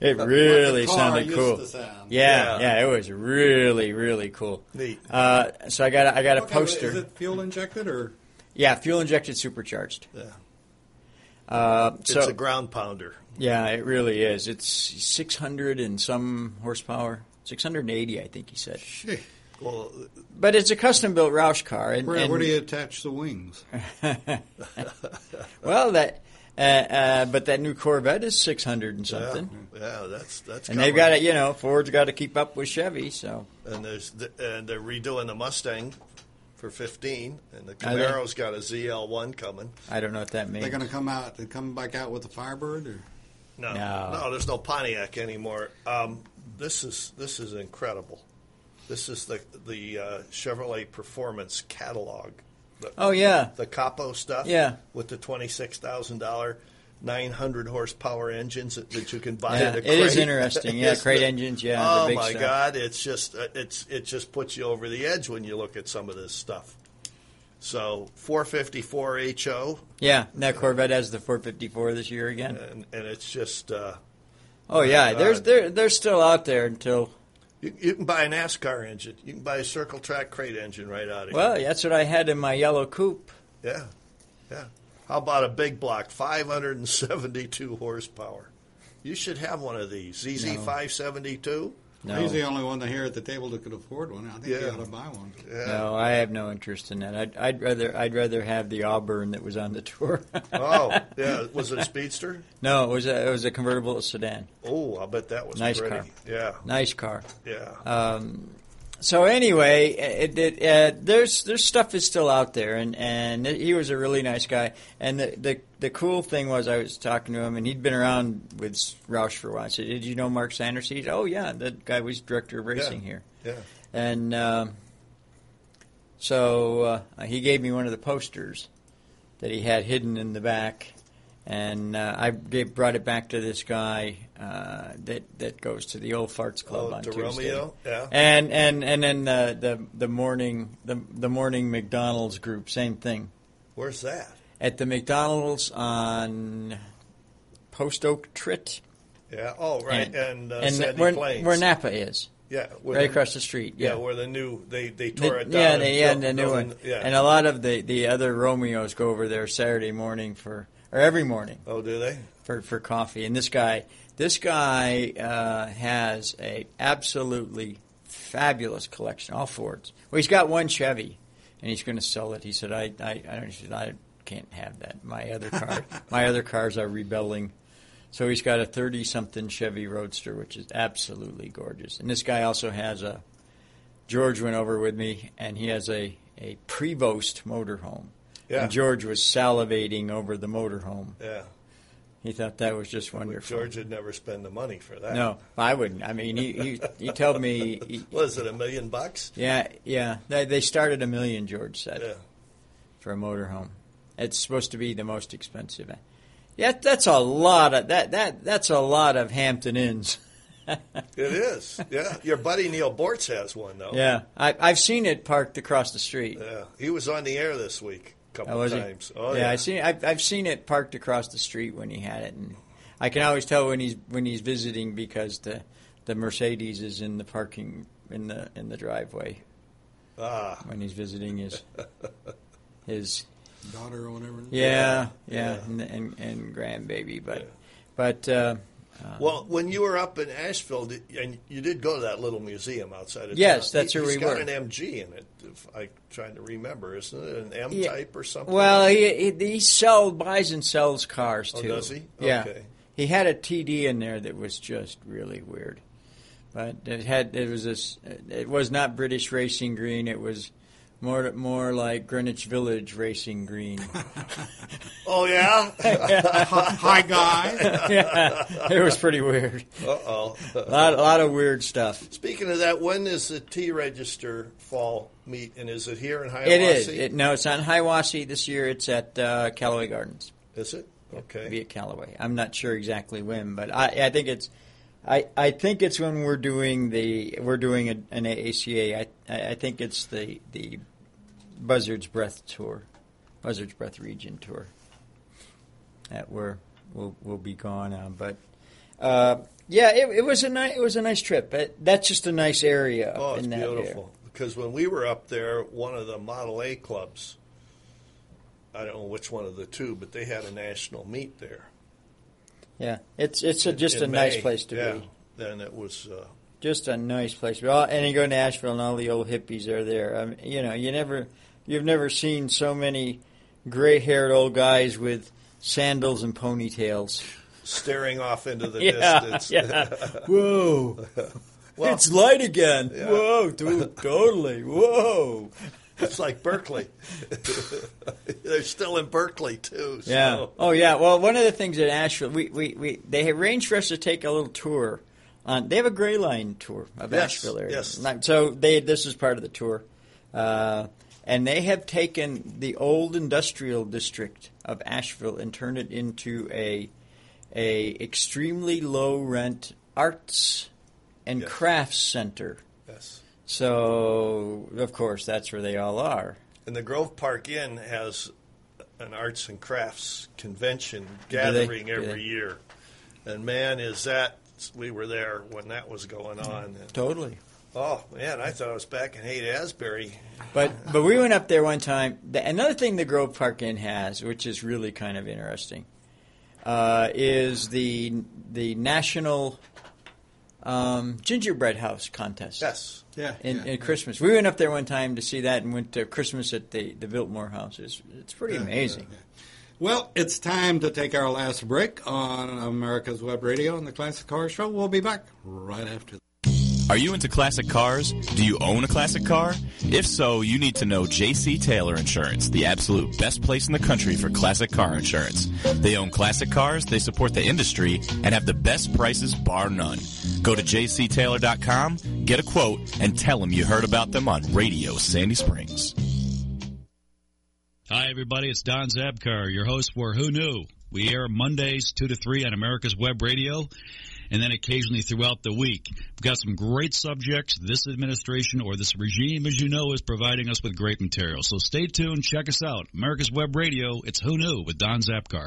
it really
car
sounded
used
cool.
to sound.
Yeah,
Yeah.
yeah, it was really really cool.
Neat.
Uh, so I got a, I got a poster.
Is it fuel injected or?
yeah, fuel injected, supercharged.
Yeah.
Uh,
It's
so
a ground pounder.
yeah, it really is. It's 600 and some horsepower, 680, I think he said.
Well,
But it's a custom built Roush car. And,
Where,
and-
where do you attach the wings?
Well, that. Uh, uh, but that new Corvette is 600 and
yeah,
something.
yeah, that's that's.
And they've
coming.
got it, you know, Ford's got to keep up with Chevy, so.
and there's th- and they're redoing the Mustang for 15, and the
Are they?
Camaro's got a ZL1 coming.
I don't know what that means.
They're going to come out. They come back out with the Firebird or?
No,
No.
no, there's no Pontiac anymore. Um, this is this is incredible. This is the the uh, Chevrolet Performance catalog. The-
Oh, yeah.
the Capo stuff.
Yeah.
with the twenty six thousand dollar. 900 horsepower engines that, that you can buy.
Yeah,
at a
it is
crate.
interesting. Yeah,
It's
crate
the-
engines, yeah, the
Oh
big
my
stuff.
God, it's just uh, it's it just puts you over the edge when you look at some of this stuff. So 454 HO,
Yeah, and that Corvette has the 454 this year again.
and, and it's just uh,
oh, yeah,
God.
there's, they're, they're still out there until.
You, you can buy a NASCAR engine. You can buy a circle track crate engine right out of
Well,
here.
that's what I had in my yellow coupe.
Yeah. Yeah. How about a big block, 572 horsepower? You should have one of these. ZZ572?
No.
He's the only one here at the table that could afford one. I think
Yeah.
you ought to buy one.
No, I have no interest in that. I'd, I'd rather I'd rather have the Auburn that was on the tour.
Oh, yeah. Was it a speedster?
no, it was a, it was a convertible sedan.
Oh, I bet that was
Nice
pretty.
car.
Yeah.
Nice car. Um,
Yeah.
So anyway, it, it, uh, there's there's stuff is still out there, and and he was a really nice guy. And the, the the cool thing was I was talking to him, and he'd been around with Roush for a while. I said, "Did you know Mark Sanders?" He said, "Oh yeah, that guy was director of racing here."
yeah.
And um, so uh, he gave me one of the posters that he had hidden in the back, and uh, I gave, brought it back to this guy uh, that that goes to the old farts club
Oh,
on
to
Tuesday.
Romeo? Yeah.
And and and then uh, the the morning the the morning McDonald's group, same thing.
Where's that?
at the McDonald's on Post Oak Trit.
Yeah. Oh, right. And, uh, Sandy
where,
Plains.
where Napa is.
Yeah. where
Right
the-
across the street.
Yeah.
Yeah.
where the new they they
The-
tore it down.
yeah,
and
they
built-
had a new
built
one.
Yeah.
And a lot of the, the other Romeos go over there Saturday morning for, or every morning
oh, do they?
for, for coffee. And this guy, this guy uh, has a absolutely fabulous collection, all Fords. Well, he's got one Chevy, and he's going to sell it. He said, "I, I, I don't, he said, I can't have that. My other car, my other cars are rebelling." So he's got a thirty-something Chevy Roadster, which is absolutely gorgeous. And this guy also has a. George went over with me, and he has a a Prevost motorhome.
Yeah.
And George was salivating over the motorhome.
Yeah.
He thought that was just wonderful.
George would never spend the money for that.
No, I wouldn't. I mean, he he, he told me, he-
Was it a million bucks?
yeah, yeah. They, they started a million. George said
Yeah.
for a motorhome. It's supposed to be the most expensive. Yeah, that's a lot of that that that's a lot of Hampton Inns.
It is. Yeah. Your buddy Neil Bortz has one though.
Yeah, I, I've seen it parked across the street.
Yeah. He was on the air this week a couple
Oh, was he?
times. Oh
yeah, I seen. I've, I've seen it parked across the street when he had it, and I can always tell when he's when he's visiting because the the Mercedes is in the parking in the in the driveway
Ah.
when he's visiting his his
Daughter or whatever.
yeah yeah,
yeah.
And, and and grandbaby, but but uh,
Well, when you were up in Asheville, did, and you did go to that little museum outside of
Yes,
town.
that's
He-
where
he's
we
got
were.
an MG in it. If I trying to remember, isn't it an M
yeah.
type or something?
Well, he he, he sell, buys and sells cars
Oh,
too.
does he?
Yeah,
Okay.
he had a TD in there that was just really weird. But it had it was this it was not British racing green. It was more more like Greenwich Village racing green.
Oh yeah.
Hi, guy.
yeah, it was pretty weird.
uh oh.
A lot, a lot of weird stuff.
Speaking of that, when does the T register fall meet, and is it here in Hiawassee?
It is. It, no, it's on Hiawassee this year. It's at uh, Callaway Gardens.
Is it?
Be
Okay.
at Callaway. I'm not sure exactly when, but I, I think it's, I, I think it's when we're doing the we're doing a, an AACA. I, I think it's the the Buzzard's Breath tour, Buzzard's Breath Region tour. That we're we'll, we'll be gone on, but. Uh, yeah, it, it was a nice it was a nice trip. It, that's just a nice area. up
Oh, it's
in that area.
beautiful. Because when we were up there, one of the Model A clubs, I don't know which one of the two, but they had a national meet there.
Yeah, it's it's a, just
in
a nice
May.
place to
yeah.
be.
Then it was. Uh,
Just a nice place. to be. All- And you go to Nashville, and all the old hippies are there. I mean, you know, you never, you've never seen so many gray-haired old guys with sandals and ponytails.
Staring off into the distance.
Whoa. it's light again. Whoa, dude, totally. Whoa.
it's like Berkeley. They're still in Berkeley, too. So.
Yeah. Oh, yeah. Well, one of the things at Asheville, we, we, we they arranged for us to take a little tour. On they have a Gray Line tour of
Yes,
Asheville area.
yes.
Like, So they this is part of the tour, uh, and they have taken the old industrial district of Asheville and turned it into a a extremely low rent arts and
Yes.
crafts center.
Yes.
So of course that's where they all are.
And the Grove Park Inn has an arts and crafts convention
they?
gathering
Do
every
they?
year. And man, is that we were there when that was going on. And,
Totally.
oh man, I thought I was back in Haight Asbury.
But but we went up there one time. The, another thing the Grove Park Inn has, which is really kind of interesting, uh, is the the national um, gingerbread house contest.
Yes.
Yeah.
In,
yeah.
in Christmas, we went up there one time to see that, and went to Christmas at the the Biltmore House. It's, it's pretty amazing.
Well, it's time to take our last break on America's Web Radio and the Classic Car Show. We'll be back right after.
Are you into classic cars? Do you own a classic car? If so, you need to know JC Taylor Insurance, the absolute best place in the country for classic car insurance. They own classic cars, they support the industry, and have the best prices bar none. Go to jctaylor.com, get a quote, and tell them you heard about them on Radio Sandy Springs.
Hi, everybody. It's Don Zabkar, your host for Who Knew. We air Mondays 2 to 3 on America's Web Radio. and then occasionally throughout the week. We've got some great subjects. This administration or this regime, as you know, is providing us with great material. So stay tuned. Check us out. America's Web Radio. It's Who Knew with Don Zapkar.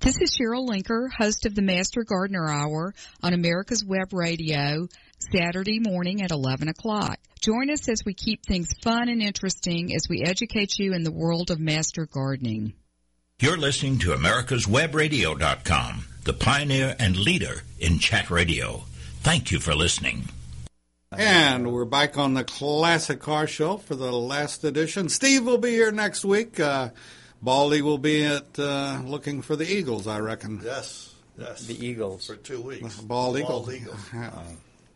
This is Cheryl Linker, host of the Master Gardener Hour on America's Web Radio, Saturday morning at 11 o'clock. Join us as we keep things fun and interesting as we educate you in the world of master gardening.
You're listening to americaswebradio.com, the pioneer and leader in chat radio. Thank you for listening.
And we're back on the Classic Car Show for the last edition. Steve will be here next week. Uh, Baldy will be at uh, looking for the Eagles, I reckon.
Yes, yes.
The Eagles.
For two weeks.
Bald Eagle.
Bald Eagle.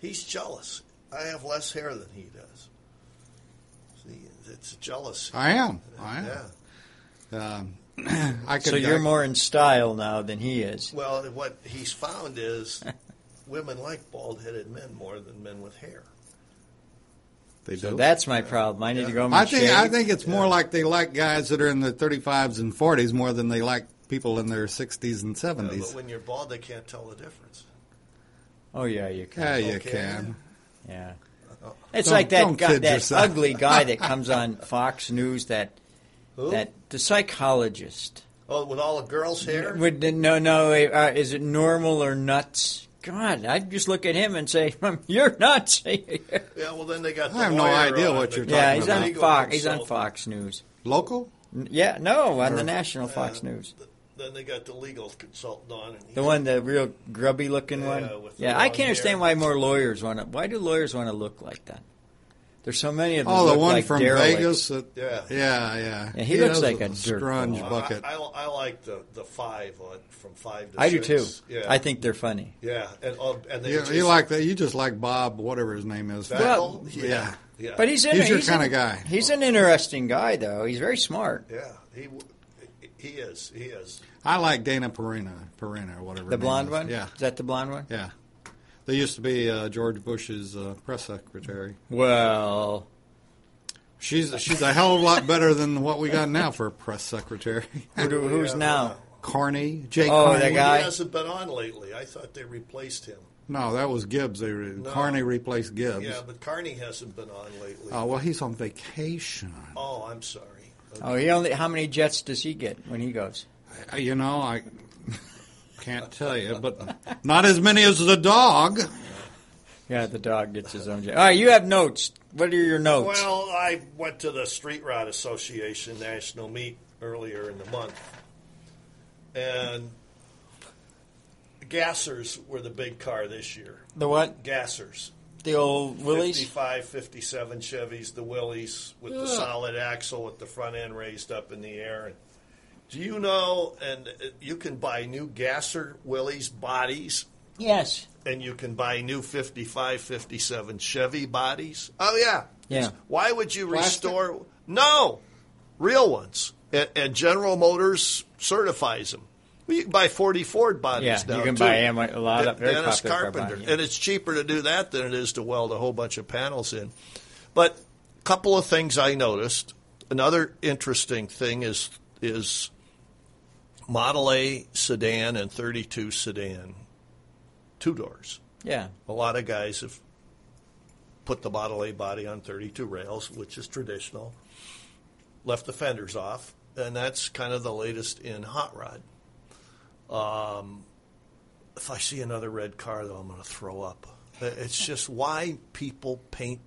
He's jealous. I have less hair than he does. See, it's jealousy.
I am. I am.
Yeah.
Um, I could,
So you're
I-
more in style now than he is.
Well, what he's found is women like bald-headed men more than men with hair.
They
So
do.
that's my problem. I need to go.
I think I think it's more like they like guys that are in their 35s and 40s more than they like people in their 60s and
Uh,
70s.
but when you're bald, they can't tell the difference.
Oh yeah, you can.
yeah, you
okay.
can.
Yeah. It's
Don't-
like that
don't
guy,
kid
that
yourself.
ugly guy that comes on Fox News. That
Who?
that the psychologist.
Oh, with all the girls' hair?
Would no no uh, is it normal or nuts? God, I'd just look at him and say, "Hmm, "You're nuts."
Yeah, well, then they got.
I have
the
no
lawyer
idea
on
what
the-
you're talking
yeah, he's
about.
on
legal
Fox. He's on
consultant.
Focal News.
Local?
N- Yeah, no, on the
Or-
national Fox
Yeah.
News.
Th- Then they got the legal consultant on, and he,
The one, the real grubby looking
Yeah,
one.
with the
Yeah, I
long
can't understand
hair.
why more lawyers want to. Why do lawyers want to look like that? There's so many of them.
Oh, the
look
one
like
from
derelicts.
Vegas. That,
Yeah.
yeah, yeah.
Yeah, he looks
does
like a dirt
scrunge
ball.
bucket.
I, I, I like the, the five on from five to
I do
six.
too.
Yeah,
I think they're funny.
Yeah, and oh, and they
you,
just,
you like that? You just like Bob, whatever his name is.
that
Well,
whole-
yeah.
yeah, yeah.
But he's, in,
He's your
an-
kinda guy.
He's an interesting guy, though. He's very smart.
yeah, he w- he is he is.
I like Dana Perina, Perina, or whatever. her
The
name
blonde
is.
one.
Yeah,
Is that the blonde one?
yeah. They used to be uh, George Bush's uh, press secretary.
Well,
She's she's a hell of a lot better than what we got now for a press secretary.
who do, who's now?
Carney, Jay
Oh,
Carney.
that
He
guy?
hasn't been on lately. I thought they replaced him.
No, that was Gibbs. They re- Carney replaced Gibbs.
Yeah, but Carney hasn't been on lately.
Oh well, he's on vacation.
Oh, I'm sorry.
Oh, he only. How many jets does he get when he goes?
Uh, You know, I can't tell you, but not as many as the dog.
Yeah, the dog gets his own jet. All right, you have notes. What are your notes?
Well, I went to the Street Rod Association National Meet earlier in the month, and gassers were the big car this year.
the what?
Gassers.
The old Willies.
55, 57 Chevys, the Willys with the solid axle with the front end raised up in the air. And do you know? And uh, you can buy new gasser Willys bodies,
Yes.
and you can buy new 55, 57 Chevy bodies. Oh yeah,
Yeah.
Why would you
Plastic?
restore? No, real ones. And, and General Motors certifies them. Well, you can buy 40 Ford bodies
Yeah,
now.
you can
too.
buy 'em a lot of- very
Dennis
popular car buying,
Carpenter.
yeah.
And it's cheaper to do that than it is to weld a whole bunch of panels in. But a couple of things I noticed. Another interesting thing is is Model A sedan and 32 sedan, two doors.
Yeah.
A lot of guys have put the Model A body on 32 rails, which is traditional, left the fenders off, and that's kind of the latest in hot rod. Um, if I see another red car, though, I'm going to throw up. It's just why people paint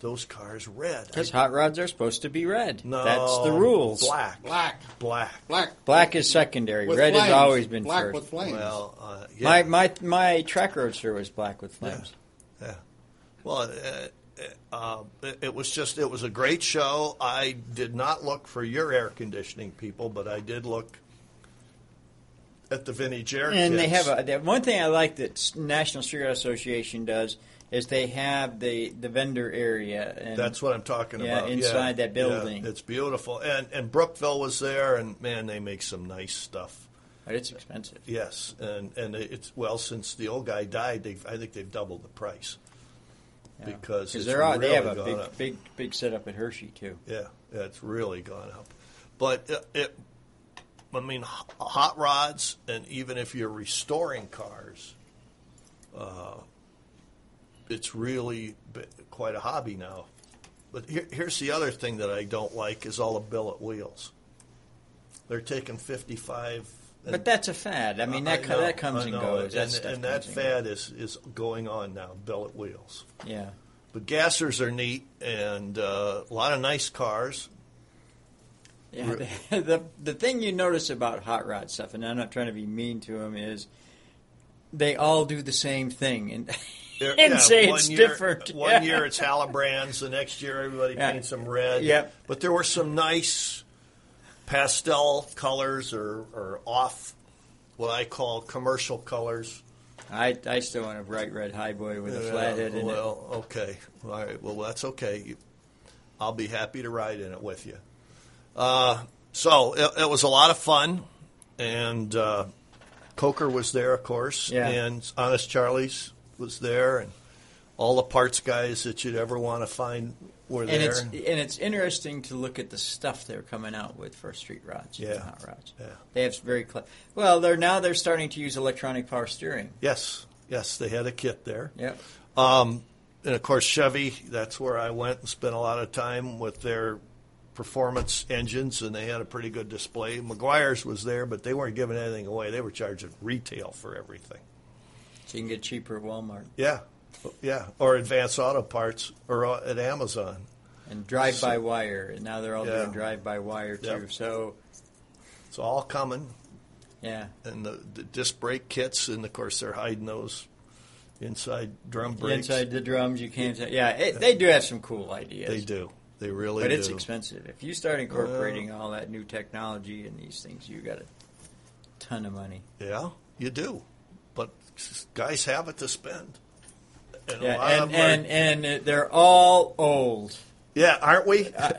those cars red.
Because hot rods are supposed to be red. That's the rules.
Black.
Black.
Black.
Black.
Black is secondary.
With
red
flames.
has always been
black
first.
with flames.
Well, uh, yeah.
My my my track roadster was black with flames.
Yeah. Well, uh, uh, um, it, it was just it was a great show. I did not look for your air conditioning people, but I did look at the vintage air.
And they
kits.
have a they- one thing I like that S- National Cigarette Association does is they have the the vendor area. And
That's what I'm talking
Yeah,
about.
inside that building.
it's beautiful. And and Brookville was there, and man, they make some nice stuff.
But it's expensive.
Yes, and and it's well since the old guy died, they have I think they've doubled the price because it's
they're all,
really
they have a
gone
big
up.
big big setup at Hershey too.
Yeah, yeah, it's really gone up. But it, it I mean, h- hot rods, and even if you're restoring cars, uh, it's really b- quite a hobby now. But here, here's the other thing that I don't like is all the billet wheels. They're taking 55. and-
But that's a fad. I mean, that co-
know,
that comes
I
and
know.
goes. That
And,
stuff
and that
comes and
fad is, is going on now, billet wheels.
Yeah.
But gassers are neat and uh, a lot of nice cars.
Yeah, the, the the thing you notice about hot rod stuff, and I'm not trying to be mean to them, is they all do the same thing, and
They're-
and
yeah,
say
one
it's
year-
different.
One
Yeah.
year it's Halibrands, the next year everybody
Yeah.
paints them red.
Yep.
But there were some nice pastel colors or, or off what I call commercial colors.
I I still want a bright red highboy with a flathead in it.
Uh, well, okay. All right. Well, that's okay. You, I'll be happy to ride in it with you. Uh, so it, it was a lot of fun, and uh, Coker was there, of course,
Yeah.
and Honest Charlie's was there, and all the parts guys that you'd ever want to find were
And
there.
it's and it's interesting to look at the stuff they're coming out with for street rods, and
Yeah.
hot rods.
Yeah.
They have very cl- well. They're now they're starting to use electronic power steering.
yes, yes, they had a kit there.
Yep.
Um, and of course, Chevy, that's where I went and spent a lot of time with their performance engines, and they had a pretty good display. McGuire's was there, but they weren't giving anything away. They were charging retail for everything.
So you can get cheaper at Walmart
Yeah, yeah. Or Advance Auto Parts or uh, at Amazon.
and drive by wire. And now they're all
Yeah.
doing drive by wire too.
Yep.
So
It's all coming,
yeah,
and the, the disc brake kits, and of course, they're hiding those inside drum brakes.
inside the drums you can't. Yeah, it, they do have some cool ideas.
they do. They really
but
do.
it's expensive. If you start incorporating all that new technology and these things, you got a ton of money.
Yeah, you do. But s- guys have it to spend. And a
Yeah,
lot of
and
them are-
and, and uh, they're all old.
yeah, aren't we?
Uh,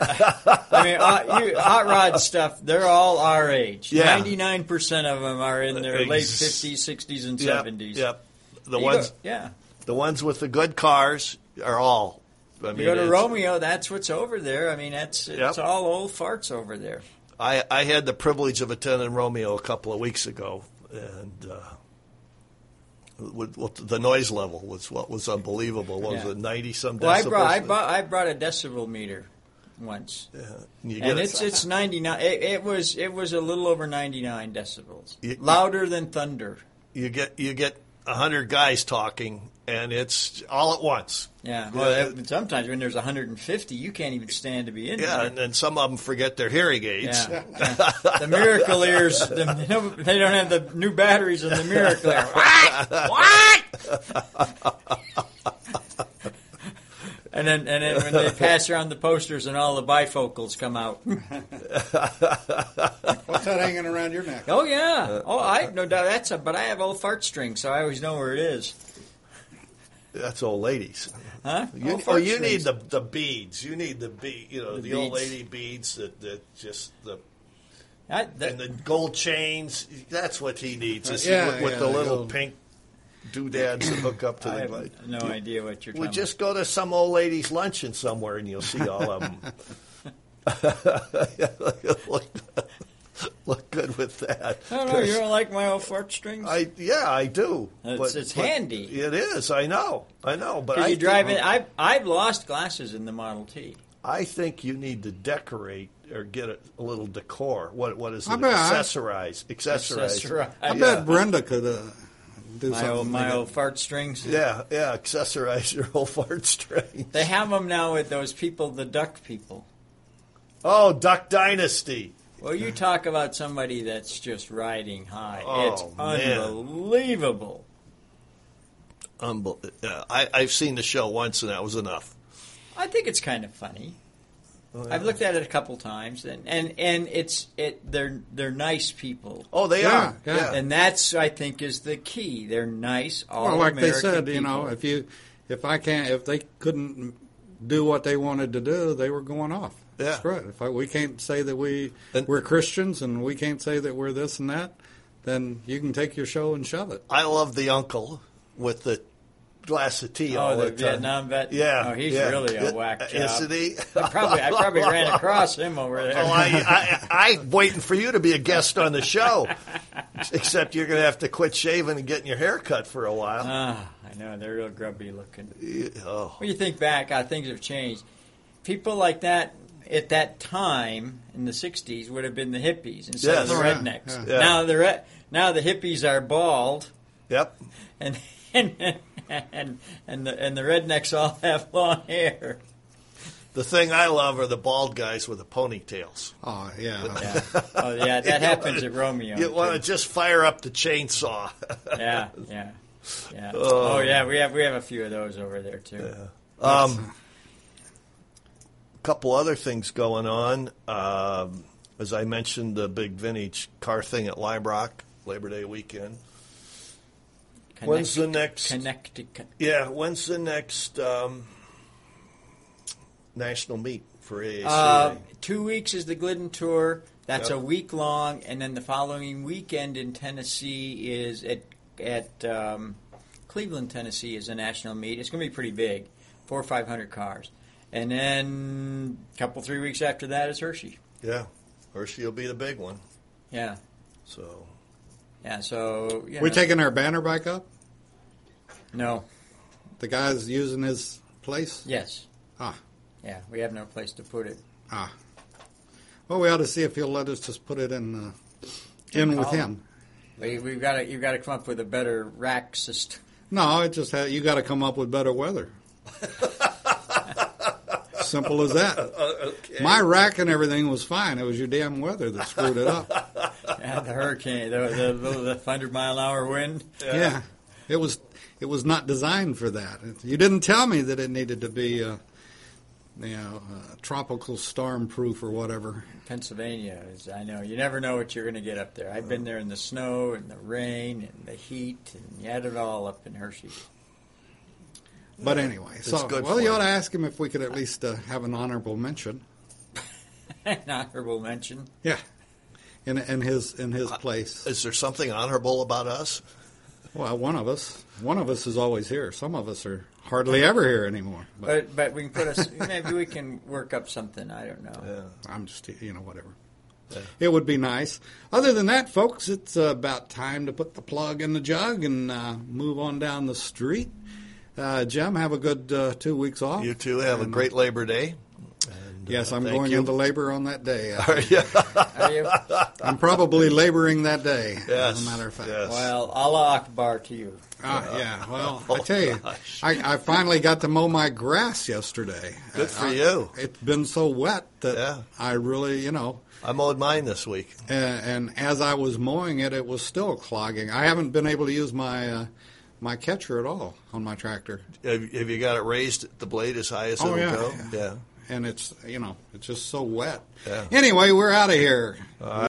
I mean, uh, you, hot rod stuff. They're all our age.
Yeah.
Ninety nine percent of them are in their late
Ex-
fifties, sixties, and
Yep,
seventies.
Yep. The
You
ones
go- yeah.
the ones with the good cars are all I mean
You go to
it's-
Romeo. That's what's over there. I mean, that's it's
Yep.
all old farts over there.
I, I had the privilege of attending Romeo a couple of weeks ago and uh with, with the noise level was what was unbelievable. What
Yeah.
was it, ninety some
Well, I
decibels?
brought I brought I brought a decibel meter once,
You get
and
it.
it's it's ninety nine. It, it was it was a little over ninety nine decibels,
You-
louder than thunder.
you get you get a hundred guys talking and it's all at once.
Yeah. Well, it- sometimes when there's 150, you can't even stand to be in
Yeah,
there.
and, and some of them forget their hearing aids.
Yeah. yeah. The miracle ears, the, they don't- they don't have the new batteries in the miracle ear. What? What? and then and then when they pass around the posters and all the bifocals come out.
What's that hanging around your neck?
Oh
Uh,
yeah. Oh, I no doubt that's a. But I have old fart string, so I always know where it is.
That's old ladies.
Huh?
You,
Old
oh,
fart
you need
strings.
the the beads. You need the bead. You know the,
The
old
beads.
lady beads that, that just the
I, that-
and the gold chains. That's what he needs. Is
Yeah,
with, with
yeah,
the
the
little
gold-
pink doodads that hook up to
I
the
have
light.
no idea what you're talking
We just go to some old lady's luncheon somewhere, and you'll see all of them. look, look good with that.
about. I don't know. You don't like my old fart strings?
I yeah, I do.
It's- it's handy.
It is. I know. I know. But I
Because you
think-
drive in. I've, I've lost glasses in the Model T.
I think you need to decorate or get a, a little decor. What what is it?
I bet I-
Accessorize. Accessorize.
Accessorize.
I
Yeah.
bet Brenda could uh, do
My
something.
old,
like
my
it.
old fart strings.
Yeah, yeah. Accessorize your whole fart string.
They have them now with those people, the duck people.
Oh, Duck Dynasty.
Well, you talk about somebody that's just riding high.
Oh,
it's
man.
unbelievable.
Unbel- uh, I I've seen the show once and that was enough.
I think it's kind of funny.
Oh,
I've looked at it a couple times, and, and, and it's it they're they're nice people,
Oh, they
Yeah,
are.
yeah.
Yeah.
and that's I think is the key. They're nice, all
Well, like
American
they said,
people.
you know, if you, if I can't, if they couldn't do what they wanted to do, they were going off.
Yeah.
Screw it. If I, we can't say that we
And-
we're Christians and we can't say that we're this and that, then you can take your show and shove it.
I love the uncle with the glass of tea all
Oh, the
the time.
Vietnam vet.
Yeah,
oh, he's
yeah.
really
Yeah,
a whack job.
Isn't he?
I probably, I probably ran across him over there.
Oh, I, I, I'm waiting for you to be a guest on the show. Except you're going to have to quit shaving and getting your hair cut for a while.
Ah, I know they're real grubby looking.
Yeah, oh.
When you think back, how things have changed. People like that at that time in the '60s would have been the hippies instead
Yes.
of the
Oh, yeah,
rednecks.
yeah.
Now the re- now the hippies are bald,
Yep.
and and and and the, and the rednecks all have long hair.
The thing I love are the bald guys with the ponytails.
Oh, yeah.
Yeah. Oh yeah, that happens at Romeo.
You want to
too.
just fire up the chainsaw.
yeah, yeah, yeah. Oh. yeah, we have we have a few of those over there too.
Um, a couple other things going on. Um, as I mentioned, the big vintage car thing at Lime Rock, Labor Day weekend.
Connect-
When's the next?
Connecticut?
Yeah, when's the next um, national meet for AAC?
Uh, two weeks is the Glidden tour. That's
Yep.
a week long, and then the following weekend in Tennessee is at at um, Cleveland, Tennessee is a national meet. It's going to be pretty big, four or five hundred cars, and then a couple three weeks after that is Hershey.
yeah, Hershey will be the big one.
Yeah,
So
yeah. So you
We're
know.
taking our banner back up?
no.
The guy's using his place?
Yes.
Ah,
Yeah, we have no place to put it.
ah. Well, we ought to see if he'll let us just put it in, uh, in with
Oh.
him.
We, we've got to you've got to come up with a better rack system.
No, it just ha- you got to come up with better weather. Simple as that. My rack and everything was fine. It was your damn weather that screwed it up.
Yeah, the hurricane, the the, the hundred mile an hour wind.
yeah. it was. It was not designed for that. You didn't tell me that it needed to be, uh, you know, uh, tropical storm proof or whatever.
Pennsylvania is. I know you never know what you're going to get up there. I've been there in the snow and the rain and the heat, and you had it all up in Hershey.
But anyway, so
good
well,
for
you
you.
ought to ask him if we could at least uh, have an honorable mention.
An honorable mention.
Yeah, in in his in his place.
is there something honorable about us?
Well, one of us, one of us is always here. Some of us are hardly ever here anymore. But
But but we can put us. maybe we can work up something. I don't know.
I'm just, you know, whatever. It would be nice. Other than that, folks, it's uh, about time to put the plug in the jug and uh, move on down the street. Uh, Jim, have a good uh, two weeks off.
You two have
Um,
a great Labor Day.
Yes, I'm
Thank
going
you.
into labor on that day.
yeah.
Are you?
I'm probably laboring that day.
Yes,
As a matter of fact.
yes.
Well, Allah Akbar to you.
Ah, yeah. Well,
Oh,
I tell you, I, I finally got to mow my grass yesterday. Uh,
Good for
I-
you.
It's been so wet that
Yeah.
I really, you know,
I mowed mine this week.
uh, and as I was mowing it, it was still clogging. I haven't been able to use my uh, my catcher at all on my tractor,
Have, have you got it raised? The blade as high as
Oh,
it'll
yeah,
go.
yeah.
yeah.
and it's you know it's just so wet.
Yeah.
Anyway, we're out of here.